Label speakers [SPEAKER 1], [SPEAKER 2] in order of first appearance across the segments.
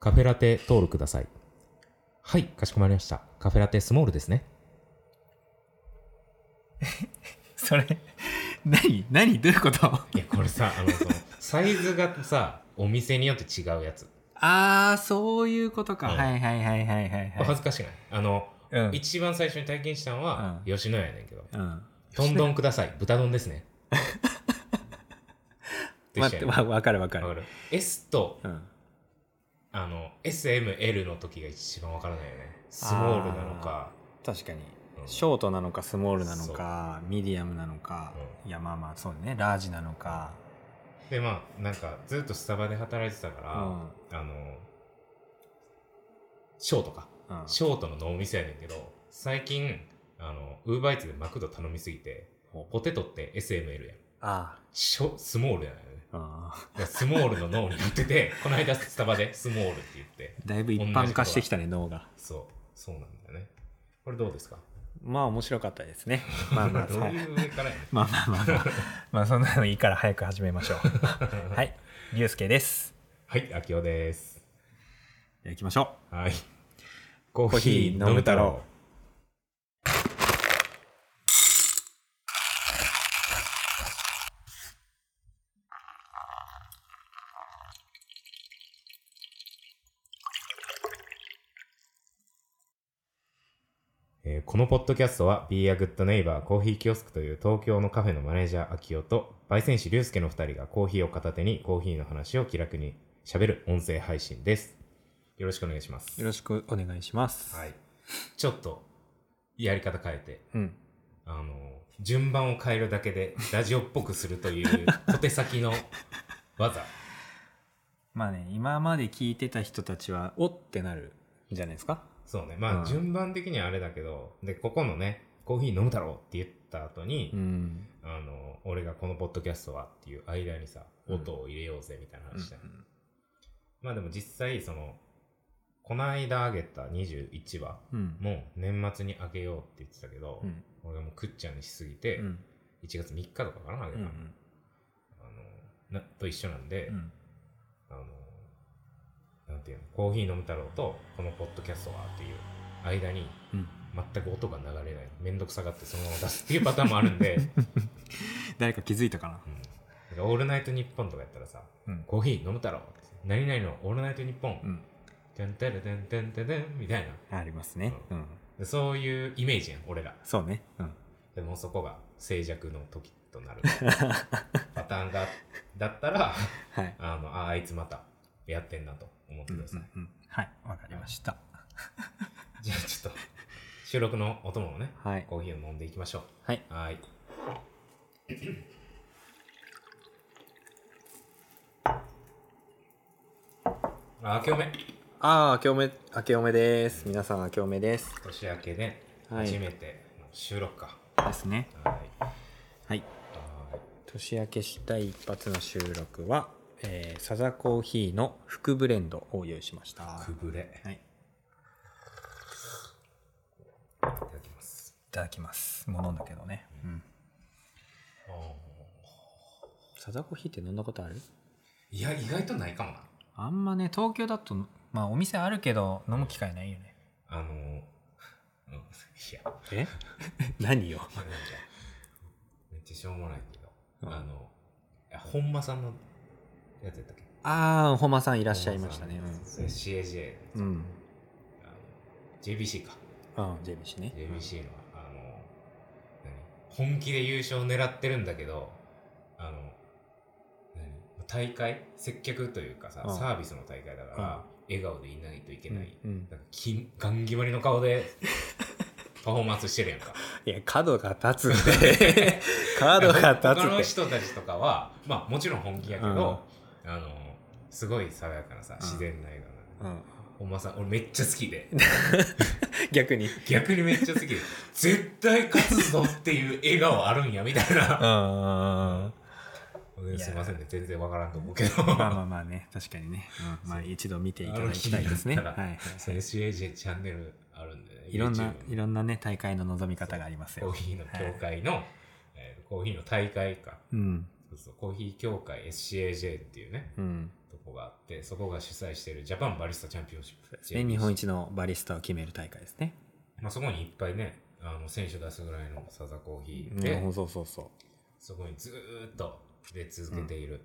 [SPEAKER 1] カフェラテトールください。はい、かしこまりました。カフェラテスモールですね。
[SPEAKER 2] それ、何何どういうことあ
[SPEAKER 1] いや、これさ、あの、その、サイズがさ、お店によって違うやつ。
[SPEAKER 2] あー、そういうことか。
[SPEAKER 1] うん
[SPEAKER 2] はいはいはいはいはい、
[SPEAKER 1] これ
[SPEAKER 2] は
[SPEAKER 1] 恥
[SPEAKER 2] い。
[SPEAKER 1] ずかしくない。あの、
[SPEAKER 2] うん
[SPEAKER 1] 一番最初に体験したのは、吉野家やねんけど、
[SPEAKER 2] うん。
[SPEAKER 1] トン丼ください。豚丼です ね。でし
[SPEAKER 2] 待
[SPEAKER 1] た
[SPEAKER 2] って、
[SPEAKER 1] よね
[SPEAKER 2] わわかるわか
[SPEAKER 1] わか
[SPEAKER 2] る。
[SPEAKER 1] る S と
[SPEAKER 2] うん。
[SPEAKER 1] あの SML の時が一番わからないよねスモールなのか、
[SPEAKER 2] 確かに。
[SPEAKER 1] うん
[SPEAKER 2] ショートなのかスモールなのかミディアムなのか、いやまあまあそうねラージなのか、
[SPEAKER 1] でまあなんかずっとスタバで働いてたから、あのショートか
[SPEAKER 2] うんうん
[SPEAKER 1] ショートの脳みそやねんけど最近あのウーバーイーツでマクド頼みすぎてポテトって SML やん
[SPEAKER 2] あ
[SPEAKER 1] ショスモールやねんね
[SPEAKER 2] ああ
[SPEAKER 1] だからスモールの脳になって てこの間スタバでスモールって言って
[SPEAKER 2] だいぶ一般化してきたね脳が
[SPEAKER 1] そうそうなんだよねこれどうですか
[SPEAKER 2] まあ面白かったで すねまあまあ、
[SPEAKER 1] どう
[SPEAKER 2] はい、
[SPEAKER 1] いう上からやねん
[SPEAKER 2] まあまあまあまあ まあそんなのいいから早く始めましょ うはい龍介です
[SPEAKER 1] はい、あきおです。
[SPEAKER 2] じゃあ行きましょう
[SPEAKER 1] はい。コ
[SPEAKER 2] ーヒー飲む太郎。
[SPEAKER 1] えーこのポッドキャストは Be a Good Neighbor コーヒーキオスクという東京のカフェのマネージャー秋代と焙煎師龍介の2人がコーヒーを片手にコーヒーの話を気楽に喋る音声配信です。よろしくお願いします。
[SPEAKER 2] よろしくお願いします
[SPEAKER 1] はい。ちょっと、やり方変えて、
[SPEAKER 2] うん
[SPEAKER 1] あの、順番を変えるだけで、ラジオっぽくするという、小手先の技。
[SPEAKER 2] まあね今まで聞いてた人たちはおってなるんじゃないですか
[SPEAKER 1] そうね。ま
[SPEAKER 2] う
[SPEAKER 1] あ、
[SPEAKER 2] ん
[SPEAKER 1] 順番的にはあれだけど、で、ここのね、コーヒー飲むだろうって言った後に、
[SPEAKER 2] ん
[SPEAKER 1] あの、俺がこのポッドキャストはっていう間にさ、
[SPEAKER 2] うん
[SPEAKER 1] 音を入れようぜみたいな話だ、
[SPEAKER 2] うん
[SPEAKER 1] まあでも実際、その、こないだあげた21話
[SPEAKER 2] うん
[SPEAKER 1] も年末にあげようって言ってたけど、
[SPEAKER 2] うん
[SPEAKER 1] 俺がもうくっちゃんにしすぎて、
[SPEAKER 2] うん
[SPEAKER 1] 1月3日とかかな、あげた
[SPEAKER 2] う
[SPEAKER 1] の。あ
[SPEAKER 2] ん
[SPEAKER 1] の、な、と一緒なんで、
[SPEAKER 2] うん
[SPEAKER 1] あの、なんていうの、コーヒー飲む太郎と、このポッドキャストはっていう間に、
[SPEAKER 2] うん
[SPEAKER 1] 全く音が流れない。めんどくさがってそのまま出すっていうパターンもあるん で、うん
[SPEAKER 2] 誰か気づいたかな
[SPEAKER 1] だからオールナイトニッポンとかやったらさ、
[SPEAKER 2] うん
[SPEAKER 1] コーヒー飲む太郎って何々のオールナイトニッポ
[SPEAKER 2] う
[SPEAKER 1] ン、
[SPEAKER 2] ん
[SPEAKER 1] てんてるてんてんてんてんみたいな。
[SPEAKER 2] ありますねうん
[SPEAKER 1] でそういうイメージやん、俺ら。
[SPEAKER 2] そうねうん
[SPEAKER 1] でもそこが静寂の時となるパターンが、だったら、
[SPEAKER 2] はい
[SPEAKER 1] あの、ああいつまたやってんなと思ってください。
[SPEAKER 2] はいわかりました
[SPEAKER 1] じゃあちょっと収録のお供をね、
[SPEAKER 2] はい
[SPEAKER 1] コーヒーを飲んでいきましょ
[SPEAKER 2] はい、
[SPEAKER 1] う。はーい。あ、明けおめ。
[SPEAKER 2] ああ明けおめ明けおめです皆さん明けおめです
[SPEAKER 1] 年明けで
[SPEAKER 2] はい
[SPEAKER 1] 初めての収録か。
[SPEAKER 2] ですね
[SPEAKER 1] はーい。
[SPEAKER 2] はい
[SPEAKER 1] は
[SPEAKER 2] 年明けしたい一発の収録は、えー、サザコーヒーの副ブレンドを用意しました
[SPEAKER 1] ーい。くぶれ。
[SPEAKER 2] はいい
[SPEAKER 1] いただきます。
[SPEAKER 2] ただきますもう飲んだけどねうん
[SPEAKER 1] あー
[SPEAKER 2] サザコーヒーって飲んだことある
[SPEAKER 1] いや、意外とないかもな。
[SPEAKER 2] あんまね東京だとまあお店あるけど飲む機会ないよね
[SPEAKER 1] あのー、うん、いや、
[SPEAKER 2] え 何よ
[SPEAKER 1] なんかめっちゃしょうもないけど、
[SPEAKER 2] うん
[SPEAKER 1] あの、いや本間さんのやつやったっけ
[SPEAKER 2] ああ本間さんい
[SPEAKER 1] い
[SPEAKER 2] らっしゃいましたね
[SPEAKER 1] それ CAJ、
[SPEAKER 2] うん、うん
[SPEAKER 1] あの JBC か。
[SPEAKER 2] あージェビシね
[SPEAKER 1] JBC の、あの、何本気で優勝狙ってるんだけど、あの、何大会接客というかさ、
[SPEAKER 2] うん
[SPEAKER 1] サービスの大会だから、笑顔でいないといけない。
[SPEAKER 2] うんうん
[SPEAKER 1] なんかきガン決まりの顔 で、パフォーマンスしてるやんか。
[SPEAKER 2] いや、角が立つ って。角が
[SPEAKER 1] 他の
[SPEAKER 2] 立つって。
[SPEAKER 1] 人たちとかは、まあもちろん本気やけど、あの、すごい爽やかなさ、自然な笑顔なの。
[SPEAKER 2] うん、
[SPEAKER 1] 本間さん、俺めっちゃ好きで。
[SPEAKER 2] 逆に。うん。
[SPEAKER 1] 逆にめっちゃ好きで絶対勝つぞっていう笑顔あるんやみたいな
[SPEAKER 2] まあん
[SPEAKER 1] すいませんね全然わからんと思うけど
[SPEAKER 2] まあまあね、確かにね。うんまあ一度見ていただきたいですね。
[SPEAKER 1] あ
[SPEAKER 2] は
[SPEAKER 1] の気にな
[SPEAKER 2] い
[SPEAKER 1] ったら
[SPEAKER 2] はい。
[SPEAKER 1] そう SAJ チャンネルあるんでね
[SPEAKER 2] いろんな、
[SPEAKER 1] YouTube
[SPEAKER 2] いろんなね、大会の望み方があります
[SPEAKER 1] コー
[SPEAKER 2] よ。
[SPEAKER 1] ヒーの協
[SPEAKER 2] はい
[SPEAKER 1] 会の、えーコーヒーの大会か
[SPEAKER 2] うん。
[SPEAKER 1] そうそうコーヒー協会 SCAJ っていうね
[SPEAKER 2] うん。
[SPEAKER 1] とここがあってそこが主催しているジャパンバリスタチャンピオンシップ
[SPEAKER 2] ね、日本一のバリスタを決める大会ですね。
[SPEAKER 1] まあ、そこにいっぱいねあの選手出すぐらいのサザコーヒー
[SPEAKER 2] う
[SPEAKER 1] で、
[SPEAKER 2] んそうそうそう。
[SPEAKER 1] そこにずーっと出続けている、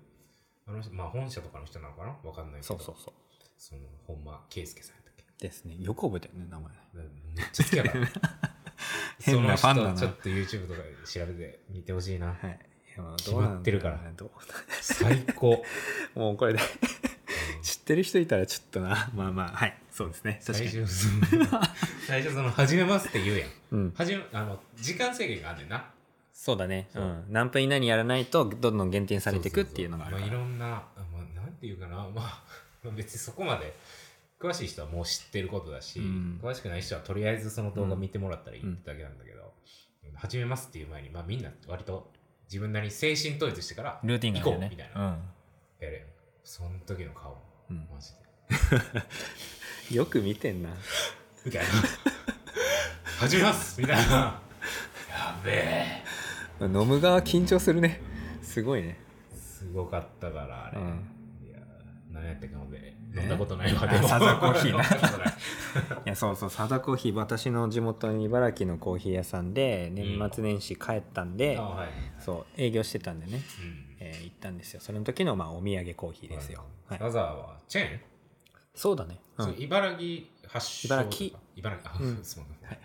[SPEAKER 1] あの人まあ本社とかの人なのかなわかんないけ
[SPEAKER 2] そ
[SPEAKER 1] ど
[SPEAKER 2] うそうそう。
[SPEAKER 1] その本間圭介さんやったっけ
[SPEAKER 2] ですね。よく覚えてるね、名前。
[SPEAKER 1] めっちゃ好きやから
[SPEAKER 2] 変なファンだ
[SPEAKER 1] その
[SPEAKER 2] な
[SPEAKER 1] 人ちょっと YouTube とかで調べて見てほしいな
[SPEAKER 2] はい。いやまあ
[SPEAKER 1] 決まってるから
[SPEAKER 2] どうなんだろうね どう
[SPEAKER 1] 最高
[SPEAKER 2] なもうこれで 知ってる人いたらちょっとな。まあまあ、はい。そうですね。確か
[SPEAKER 1] 最
[SPEAKER 2] に。
[SPEAKER 1] 初その最初その「始めます」って言うやん
[SPEAKER 2] うん。
[SPEAKER 1] 始めあの時間制限があんねんな
[SPEAKER 2] そうだね。う。
[SPEAKER 1] そうん
[SPEAKER 2] 何分以内にやらないと、どんどん減点されていくっていうのがある
[SPEAKER 1] そ
[SPEAKER 2] か
[SPEAKER 1] う
[SPEAKER 2] ら
[SPEAKER 1] そうそうまあ、いろんな、あまあ、なんていうかな、まあ、まあ別にそこまで詳しい人はもう知ってることだし、
[SPEAKER 2] うん
[SPEAKER 1] 詳しくない人はとりあえずその動画見てもらったらいいってだけなんだけど、始めますっていう前に、まあ、みんな割と自分なりに精神統一してから
[SPEAKER 2] ルーティンがあるよね。
[SPEAKER 1] 行こうみたい
[SPEAKER 2] な。
[SPEAKER 1] やれんその時の顔
[SPEAKER 2] うん
[SPEAKER 1] マジで
[SPEAKER 2] よく見てんな。
[SPEAKER 1] みたいな始めますみたいなやべえ
[SPEAKER 2] 飲む側緊張するね。すごいね。
[SPEAKER 1] すごかったからあれ、
[SPEAKER 2] うん
[SPEAKER 1] いや何やったかもで飲んだことないわ
[SPEAKER 2] え
[SPEAKER 1] でも
[SPEAKER 2] あサザコーヒーな
[SPEAKER 1] 飲んだことない
[SPEAKER 2] いやそうそうサザコーヒー私の地元の茨城のコーヒー屋さんで年末年始帰ったんで、
[SPEAKER 1] あはい、
[SPEAKER 2] そう営業してたんでね、
[SPEAKER 1] うん
[SPEAKER 2] えー行ったんですよそれの時のまあお土産コーヒーですよ、はい
[SPEAKER 1] サザーはチェーン、
[SPEAKER 2] そうだね、う、
[SPEAKER 1] そうん茨城発祥とか
[SPEAKER 2] 茨城
[SPEAKER 1] 茨城あ、
[SPEAKER 2] うん
[SPEAKER 1] すまん
[SPEAKER 2] はい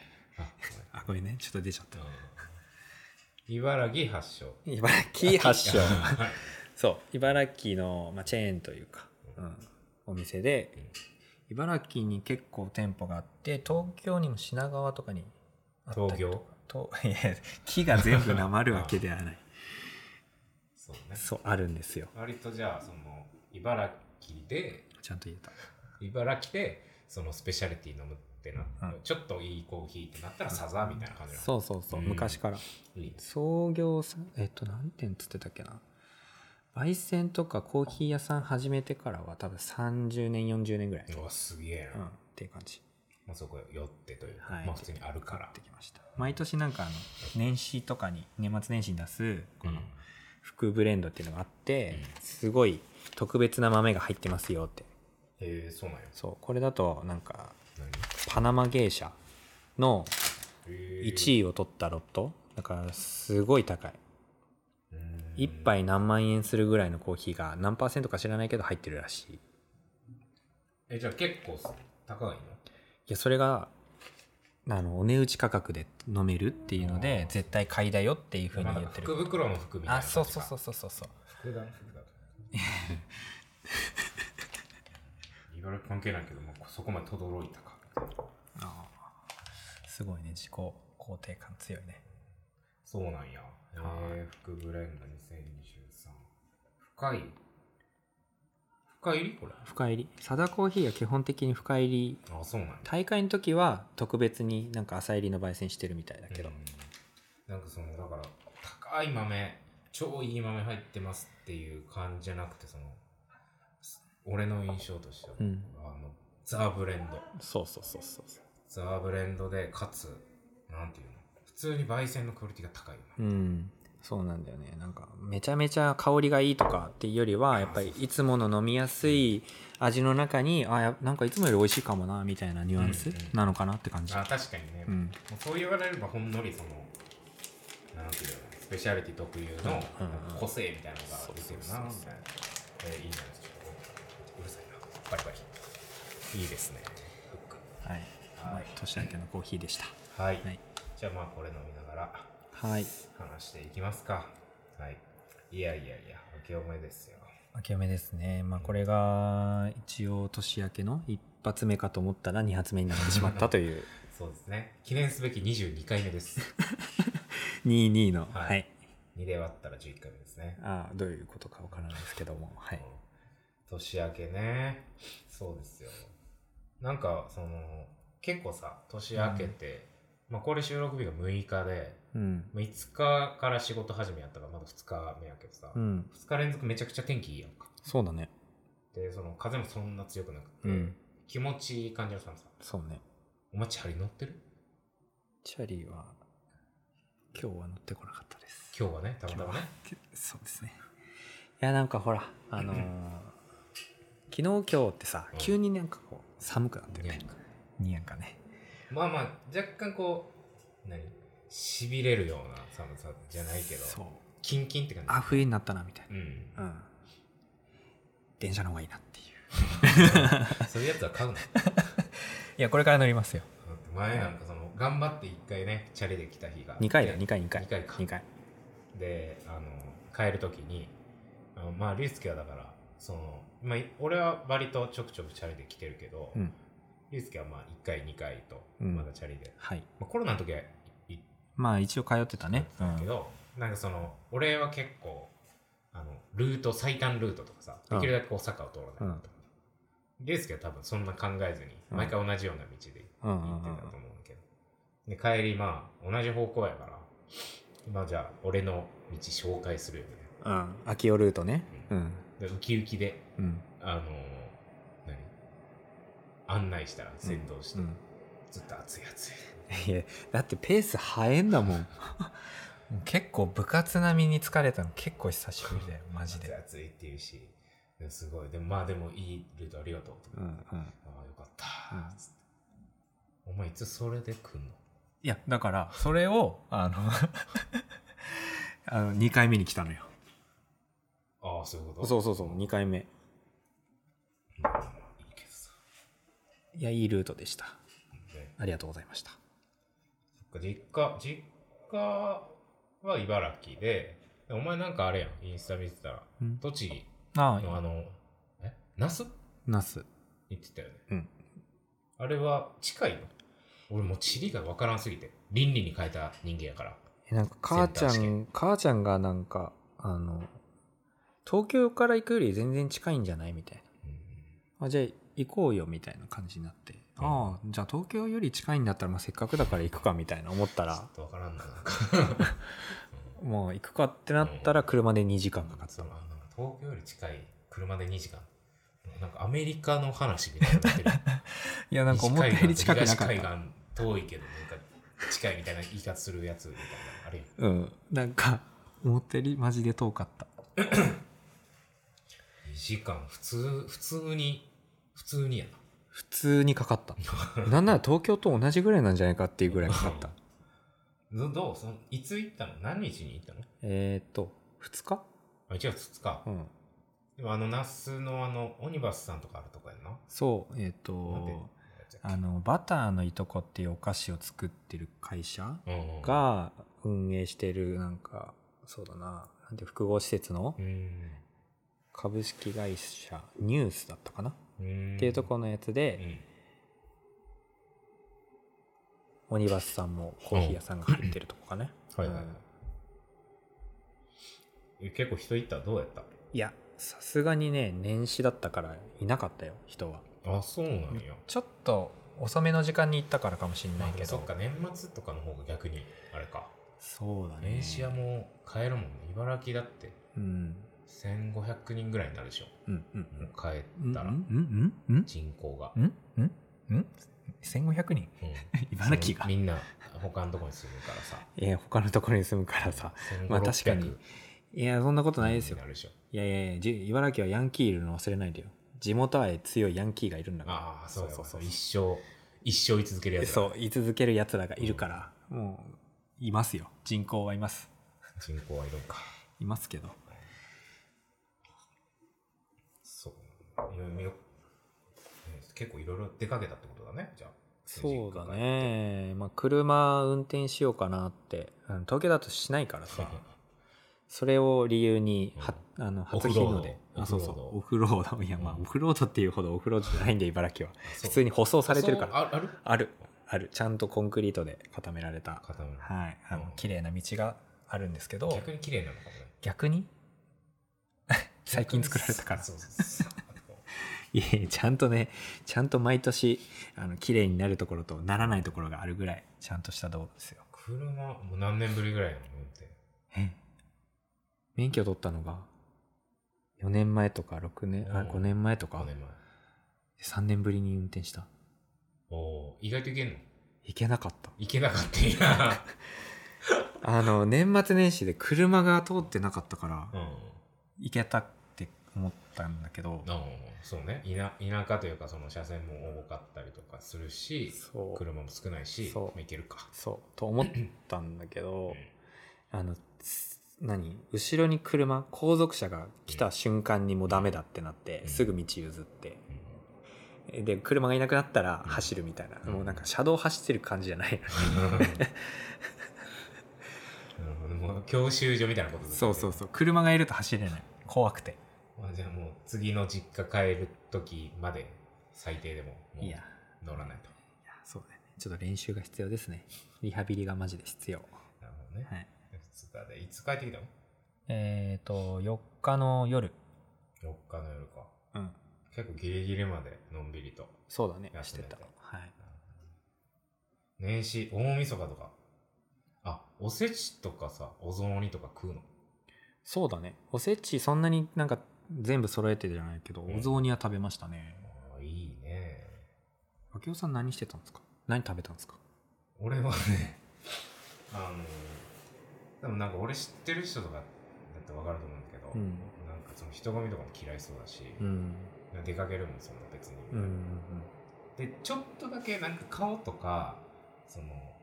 [SPEAKER 1] あ
[SPEAKER 2] あごめんねちょっと出ちゃっ
[SPEAKER 1] ごめんうん茨城発祥
[SPEAKER 2] た茨城発 祥
[SPEAKER 1] はい
[SPEAKER 2] そう茨城の、まあ、チェーンというか、うん、お店で茨城に結構店舗があって東京にも品川とかにあったりとか
[SPEAKER 1] 東京
[SPEAKER 2] といや木が全部なまるわけではない
[SPEAKER 1] そうね
[SPEAKER 2] そうあるんですよ
[SPEAKER 1] 割とじゃあその茨城で
[SPEAKER 2] ちゃんと言えた
[SPEAKER 1] 茨城でそのスペシャリティ飲むってな、
[SPEAKER 2] うん
[SPEAKER 1] ちょっといいコーヒーってなったらサザーみたいな感じなの
[SPEAKER 2] そうそうそう、
[SPEAKER 1] うん
[SPEAKER 2] 昔から
[SPEAKER 1] いいね
[SPEAKER 2] 創業さえっと何店つってたっけな焙煎とかコーヒー屋さん始めてからは多分30年40年ぐらい、
[SPEAKER 1] うわすげえ
[SPEAKER 2] う
[SPEAKER 1] な、
[SPEAKER 2] ん、っていう感じ
[SPEAKER 1] まあ、そこ寄ってというか、
[SPEAKER 2] はい
[SPEAKER 1] まあ普通にあるか
[SPEAKER 2] や
[SPEAKER 1] ら
[SPEAKER 2] ってきました毎年なんかあの年始とかに年末年始に出すこの福ブレンドっていうのがあって、すごい特別な豆が入ってますよって
[SPEAKER 1] えー、そうなんや
[SPEAKER 2] そうこれだとなんか
[SPEAKER 1] 何
[SPEAKER 2] パナマ芸者の
[SPEAKER 1] えー
[SPEAKER 2] 1位を取ったロットだからすごい高い
[SPEAKER 1] うん
[SPEAKER 2] 一杯何万円するぐらいのコーヒーが何パーセントか知らないけど入ってるらしいい
[SPEAKER 1] えじゃあ結構高いの
[SPEAKER 2] やそれがあのお値打ち価格で飲めるっていうので絶対買いだよっていうふうに
[SPEAKER 1] まあ
[SPEAKER 2] 言ってる
[SPEAKER 1] 福袋の服みたいな
[SPEAKER 2] あ
[SPEAKER 1] 感じ
[SPEAKER 2] そ
[SPEAKER 1] か
[SPEAKER 2] うそうそうそうそうそう
[SPEAKER 1] 福だ福だ 茨城関係ないけど、まあ、そこまで轟いたか
[SPEAKER 2] あーすごいね自己肯定感強いね
[SPEAKER 1] そうなんやえー、福ブレンド2023深い深入りこれ
[SPEAKER 2] 深入りサダコーヒーは基本的に深入り
[SPEAKER 1] あそうなんや
[SPEAKER 2] 大会の時は特別になんか浅入りの焙煎してるみたいだけど、
[SPEAKER 1] うんなんかそのだから高い豆超いい豆入ってますっていう感じじゃなくてその俺の印象としては、
[SPEAKER 2] うん
[SPEAKER 1] あのザ・ブレンド
[SPEAKER 2] そうそうそうそう
[SPEAKER 1] ザ・ブレンドでかつなんていうの普通に焙煎のクオリティが高いよね
[SPEAKER 2] うんそうなんだよねなんかめちゃめちゃ香りがいいとかっていうよりはやっぱりいつもの飲みやすい味の中にあやなんかいつもより美味しいかもなみたいなニュアンス
[SPEAKER 1] うんうん
[SPEAKER 2] なのかなって感じ、
[SPEAKER 1] あ確かにね、
[SPEAKER 2] うん
[SPEAKER 1] もうそう言われればほんのりそのなんていうのスペシャリティ特有のなんか個性みたいなのが出てるなみたいな、えーいいんじゃないですかうるさいなバリバリいいですねフック
[SPEAKER 2] はい、はい、年明けのコーヒーでした
[SPEAKER 1] はい、
[SPEAKER 2] はい
[SPEAKER 1] じゃあまあこれ飲みながら
[SPEAKER 2] はい
[SPEAKER 1] 話していきますかはいいやいやいや明けおめですよ
[SPEAKER 2] 明けおめですねまあこれが一応年明けの一発目かと思ったら二発目になってしまったと いう
[SPEAKER 1] そうですね記念すべき22回目です
[SPEAKER 2] 22の
[SPEAKER 1] は
[SPEAKER 2] はいい、
[SPEAKER 1] 2で割ったら11回目ですね
[SPEAKER 2] ああどういうことかわからないですけどもはい
[SPEAKER 1] 年明けねそうですよなんかその結構さ年明けて、まあこれ収録日が6日で
[SPEAKER 2] うん
[SPEAKER 1] まあ5日から仕事始めやったからまだ2日目やけどさ、
[SPEAKER 2] うん
[SPEAKER 1] 2日連続めちゃくちゃ天気いいやんか
[SPEAKER 2] そうだね
[SPEAKER 1] でその風もそんな強くなくて、
[SPEAKER 2] うん
[SPEAKER 1] 気持ちいい感じの寒さ
[SPEAKER 2] そうね
[SPEAKER 1] お前チャリ乗ってる
[SPEAKER 2] チャリは今日は乗ってこなかったです
[SPEAKER 1] 今日はねたまたまね
[SPEAKER 2] そうですねいやなんかほらあのー昨日今日ってさ
[SPEAKER 1] うん
[SPEAKER 2] 急になんかこう寒くなってる
[SPEAKER 1] なん
[SPEAKER 2] ね
[SPEAKER 1] か
[SPEAKER 2] にやんかね
[SPEAKER 1] まあまあ若干こう何しびれるような寒さじゃないけど
[SPEAKER 2] そう
[SPEAKER 1] キンキンって感じ
[SPEAKER 2] あ冬になったなみたい
[SPEAKER 1] うん
[SPEAKER 2] なうん電車の方がいいなっていう
[SPEAKER 1] そういうやつは買うの
[SPEAKER 2] いやこれから乗りますよ
[SPEAKER 1] 前なんかその頑張って1回ねチャリで来た日が
[SPEAKER 2] 2回だ
[SPEAKER 1] 二
[SPEAKER 2] 2回2回
[SPEAKER 1] 二回か
[SPEAKER 2] 二回
[SPEAKER 1] であの帰る時にあのまあ竜介はだからその、まあ、俺は割とちょくちょくチャリで来てるけど
[SPEAKER 2] うん
[SPEAKER 1] 竜介、はまあ1回2回と
[SPEAKER 2] うん
[SPEAKER 1] まだチャリで、
[SPEAKER 2] はい
[SPEAKER 1] まあ、コロナの時は行っ
[SPEAKER 2] まあ一応通ってたねう
[SPEAKER 1] たけ
[SPEAKER 2] ん
[SPEAKER 1] ど、なんかその俺は結構あのルート最短ルートとかさできるだけこう坂を通らないと
[SPEAKER 2] うん
[SPEAKER 1] 竜介、は多分そんな考えずに
[SPEAKER 2] うん
[SPEAKER 1] 毎回同じような道で行って
[SPEAKER 2] うんう
[SPEAKER 1] 行
[SPEAKER 2] ん
[SPEAKER 1] ってた
[SPEAKER 2] うん
[SPEAKER 1] と思うんだけど。で、帰り、まあ、同じ方向やから、まあ、じゃあ、俺の道紹介するよね。
[SPEAKER 2] うん秋夜ルートねうん
[SPEAKER 1] で、ウキウキで、
[SPEAKER 2] うん
[SPEAKER 1] あのー何案内したら、先導して、
[SPEAKER 2] うん
[SPEAKER 1] ずっと熱い熱い。
[SPEAKER 2] いやだってペース早いんだもん もう結構部活並みに疲れたの結構久しぶりだよ マジで
[SPEAKER 1] 熱い熱いって言うし、ですごい。でも、まあ、でも、いいルートありがとうと。
[SPEAKER 2] うんうん
[SPEAKER 1] ああ、よかっ
[SPEAKER 2] う
[SPEAKER 1] た
[SPEAKER 2] ん。
[SPEAKER 1] つってお前、いつそれで来んの
[SPEAKER 2] いやだからそれをあの あの2回目に来たのよ
[SPEAKER 1] ああ、そういうこと
[SPEAKER 2] そうそうそう2回目
[SPEAKER 1] うん。いいけどさ。
[SPEAKER 2] いやいいルートでした
[SPEAKER 1] ね
[SPEAKER 2] ありがとうございました
[SPEAKER 1] 実家実家は茨城でお前なんかあれやんインスタ見てたら
[SPEAKER 2] うん
[SPEAKER 1] 栃木
[SPEAKER 2] あ
[SPEAKER 1] のあ
[SPEAKER 2] あ
[SPEAKER 1] のえ那須
[SPEAKER 2] ナス
[SPEAKER 1] 行ってたよね
[SPEAKER 2] うん
[SPEAKER 1] あれは近いの俺もう地理が分からんすぎて倫理に変えた人間やから
[SPEAKER 2] えなんか母ちゃ
[SPEAKER 1] センター試
[SPEAKER 2] ん母ちゃんがなんかあの東京から行くより全然近いんじゃないみたいなあじゃあ行こうよみたいな感じになって、
[SPEAKER 1] うん
[SPEAKER 2] ああじゃあ東京より近いんだったら、まあ、せっかくだから行くかみたいな思った
[SPEAKER 1] ちょ
[SPEAKER 2] ら
[SPEAKER 1] っと分からんななんか
[SPEAKER 2] もう行くかってなったら車で2時間かかっ
[SPEAKER 1] そ
[SPEAKER 2] た
[SPEAKER 1] うあなんか東京より近い車で2時間なんかアメリカの話みたいになってる
[SPEAKER 2] い やなんか思ったより近くなかっ
[SPEAKER 1] 東
[SPEAKER 2] た
[SPEAKER 1] 海岸遠いけどなんか近いみたいな言い方するやつみたいなあれやん
[SPEAKER 2] うんなんか思ったよりマジで遠かった
[SPEAKER 1] 2時間普通普通に普通にやな
[SPEAKER 2] 普通にかかった なんなら東京と同じぐらいなんじゃないかっていうぐらいかかった
[SPEAKER 1] どどうそのいつ行ったの何日に行ったの
[SPEAKER 2] えーっと2日
[SPEAKER 1] あ1月2日
[SPEAKER 2] うん
[SPEAKER 1] でもあの那須のあのオニバスさんとかあるとこやんな
[SPEAKER 2] そう
[SPEAKER 1] な
[SPEAKER 2] えーっ
[SPEAKER 1] んて
[SPEAKER 2] と
[SPEAKER 1] や
[SPEAKER 2] あのバターのいとこっていうお菓子を作ってる会社
[SPEAKER 1] つうんうん
[SPEAKER 2] が運営してるなんかそうだななんて複合施設の
[SPEAKER 1] うん
[SPEAKER 2] 株式会社ニュースだったかな、
[SPEAKER 1] うん
[SPEAKER 2] っていうとこのやつで、
[SPEAKER 1] うん
[SPEAKER 2] オニバスさんもコーヒー屋さんが入ってるとこかね。
[SPEAKER 1] はいはいはい
[SPEAKER 2] うん
[SPEAKER 1] え結構人行ったどうやった
[SPEAKER 2] いや、さすがにね、年始だったからいなかったよ、人は。
[SPEAKER 1] あそうなんや
[SPEAKER 2] ちょっと遅めの時間に行ったからかもしれ
[SPEAKER 1] ま
[SPEAKER 2] な
[SPEAKER 1] あ
[SPEAKER 2] い
[SPEAKER 1] で
[SPEAKER 2] け
[SPEAKER 1] もそっ
[SPEAKER 2] ど。
[SPEAKER 1] か年末とかの方が逆にあれか
[SPEAKER 2] そうだね。
[SPEAKER 1] 年始はもう帰るもんね茨城だって
[SPEAKER 2] うん。
[SPEAKER 1] 1500人ぐらいになるでしょ
[SPEAKER 2] うんうん
[SPEAKER 1] もう帰
[SPEAKER 2] うん。
[SPEAKER 1] ったら
[SPEAKER 2] うんうんうん
[SPEAKER 1] 人口が
[SPEAKER 2] うんうんうん1500人
[SPEAKER 1] うん
[SPEAKER 2] 茨城が
[SPEAKER 1] そのみんな他のとこに住むからさ
[SPEAKER 2] いや他のところに住むからさまあ確かにいやそんなことないですよ
[SPEAKER 1] なるでしょ
[SPEAKER 2] いやいやいやじ茨城はヤンキーいるの忘れないでよ地元愛強いヤンキーがいるんだから
[SPEAKER 1] ああそうそう
[SPEAKER 2] そ
[SPEAKER 1] そう
[SPEAKER 2] そうう
[SPEAKER 1] 一生一生居続けるやつだ
[SPEAKER 2] そう言い続けるやつらがいるから、もういますよ人口はいます
[SPEAKER 1] 人口はいるんか
[SPEAKER 2] いますけど
[SPEAKER 1] そういろいろよね結構いろいろ出かけたってことだねじゃあ
[SPEAKER 2] そうだ
[SPEAKER 1] 実 家帰って
[SPEAKER 2] ねまあ車運転しようかなってあの東京だとしないからさそれを理由には、あの
[SPEAKER 1] オフ
[SPEAKER 2] 初
[SPEAKER 1] ロー
[SPEAKER 2] 日
[SPEAKER 1] ド
[SPEAKER 2] の出あそうそうオ
[SPEAKER 1] オ
[SPEAKER 2] フロードいやまあ
[SPEAKER 1] うん
[SPEAKER 2] オフロードっていうほどオフロードじゃないんで茨城は
[SPEAKER 1] あそ
[SPEAKER 2] 普
[SPEAKER 1] う
[SPEAKER 2] 通に舗装されてるから
[SPEAKER 1] そうあある
[SPEAKER 2] あるあるちゃんとコンクリートで固められた
[SPEAKER 1] 固める
[SPEAKER 2] はいあ
[SPEAKER 1] う
[SPEAKER 2] の
[SPEAKER 1] ん
[SPEAKER 2] 綺麗な道があるんですけど
[SPEAKER 1] 逆に綺麗なのかもね
[SPEAKER 2] 逆に 最近作られたから
[SPEAKER 1] そうそうそう
[SPEAKER 2] いやいやちゃんとねちゃんと毎年あの綺麗になるところとならないところがあるぐらいちゃんとした道路ですよ
[SPEAKER 1] 車もう何年ぶりぐらいなの運転
[SPEAKER 2] 免許取ったのが4年前とか6年あ
[SPEAKER 1] うん
[SPEAKER 2] 5年前と
[SPEAKER 1] 5
[SPEAKER 2] か
[SPEAKER 1] 年前
[SPEAKER 2] 3年ぶりに運転した
[SPEAKER 1] おおー意外といけんの
[SPEAKER 2] 行けなかった
[SPEAKER 1] いけなかったい や
[SPEAKER 2] あの年末年始で車が通ってなかったから
[SPEAKER 1] うん
[SPEAKER 2] 行けたって思ったんだけど、
[SPEAKER 1] あそうね田田舎というかその車線も多かったりとかするし
[SPEAKER 2] そう
[SPEAKER 1] 車も少ないし
[SPEAKER 2] そう
[SPEAKER 1] まあ、行けるか
[SPEAKER 2] そうと思ったんだけど
[SPEAKER 1] うん
[SPEAKER 2] あのつ何後ろに車後続車が来た瞬間にもうダメだってなって
[SPEAKER 1] うん
[SPEAKER 2] すぐ道譲って
[SPEAKER 1] うん
[SPEAKER 2] で車がいなくなったら走るみたいな、
[SPEAKER 1] うん
[SPEAKER 2] もうなんか車道走ってる感じじゃない
[SPEAKER 1] なるほど もう教習所みたいなことですね
[SPEAKER 2] そうそうそう車がいると走れない怖くて
[SPEAKER 1] まあじゃあもう次の実家帰る時まで最低でももう
[SPEAKER 2] いや
[SPEAKER 1] 乗らないと
[SPEAKER 2] いやそうだねちょっと練習が必要ですねリハビリがマジで必要
[SPEAKER 1] なるほどね、
[SPEAKER 2] はい
[SPEAKER 1] 2日でいつ帰ってきたの
[SPEAKER 2] えっ、と4日の夜
[SPEAKER 1] ?4 日の夜か
[SPEAKER 2] うん
[SPEAKER 1] 結構ギリギリまでのんびりと
[SPEAKER 2] そうだねし
[SPEAKER 1] 休ん
[SPEAKER 2] て
[SPEAKER 1] でて
[SPEAKER 2] たはい
[SPEAKER 1] 年始大晦日とかあおせちとかさお雑煮とか食うの
[SPEAKER 2] そうだねおせちそんなになんか全部揃えてじゃないけど、
[SPEAKER 1] うん
[SPEAKER 2] お雑煮は食べましたね
[SPEAKER 1] あいいね
[SPEAKER 2] 明夫さん何してたんですか何食べたんですか
[SPEAKER 1] 俺はね あのでもなんか俺知ってる人とかだってわかると思うんだけど、
[SPEAKER 2] うん
[SPEAKER 1] なんかその人混みとかも嫌いそうだし、
[SPEAKER 2] うん
[SPEAKER 1] 出かけるもんそんな別に、
[SPEAKER 2] うんうん
[SPEAKER 1] でちょっとだけなんか顔とかその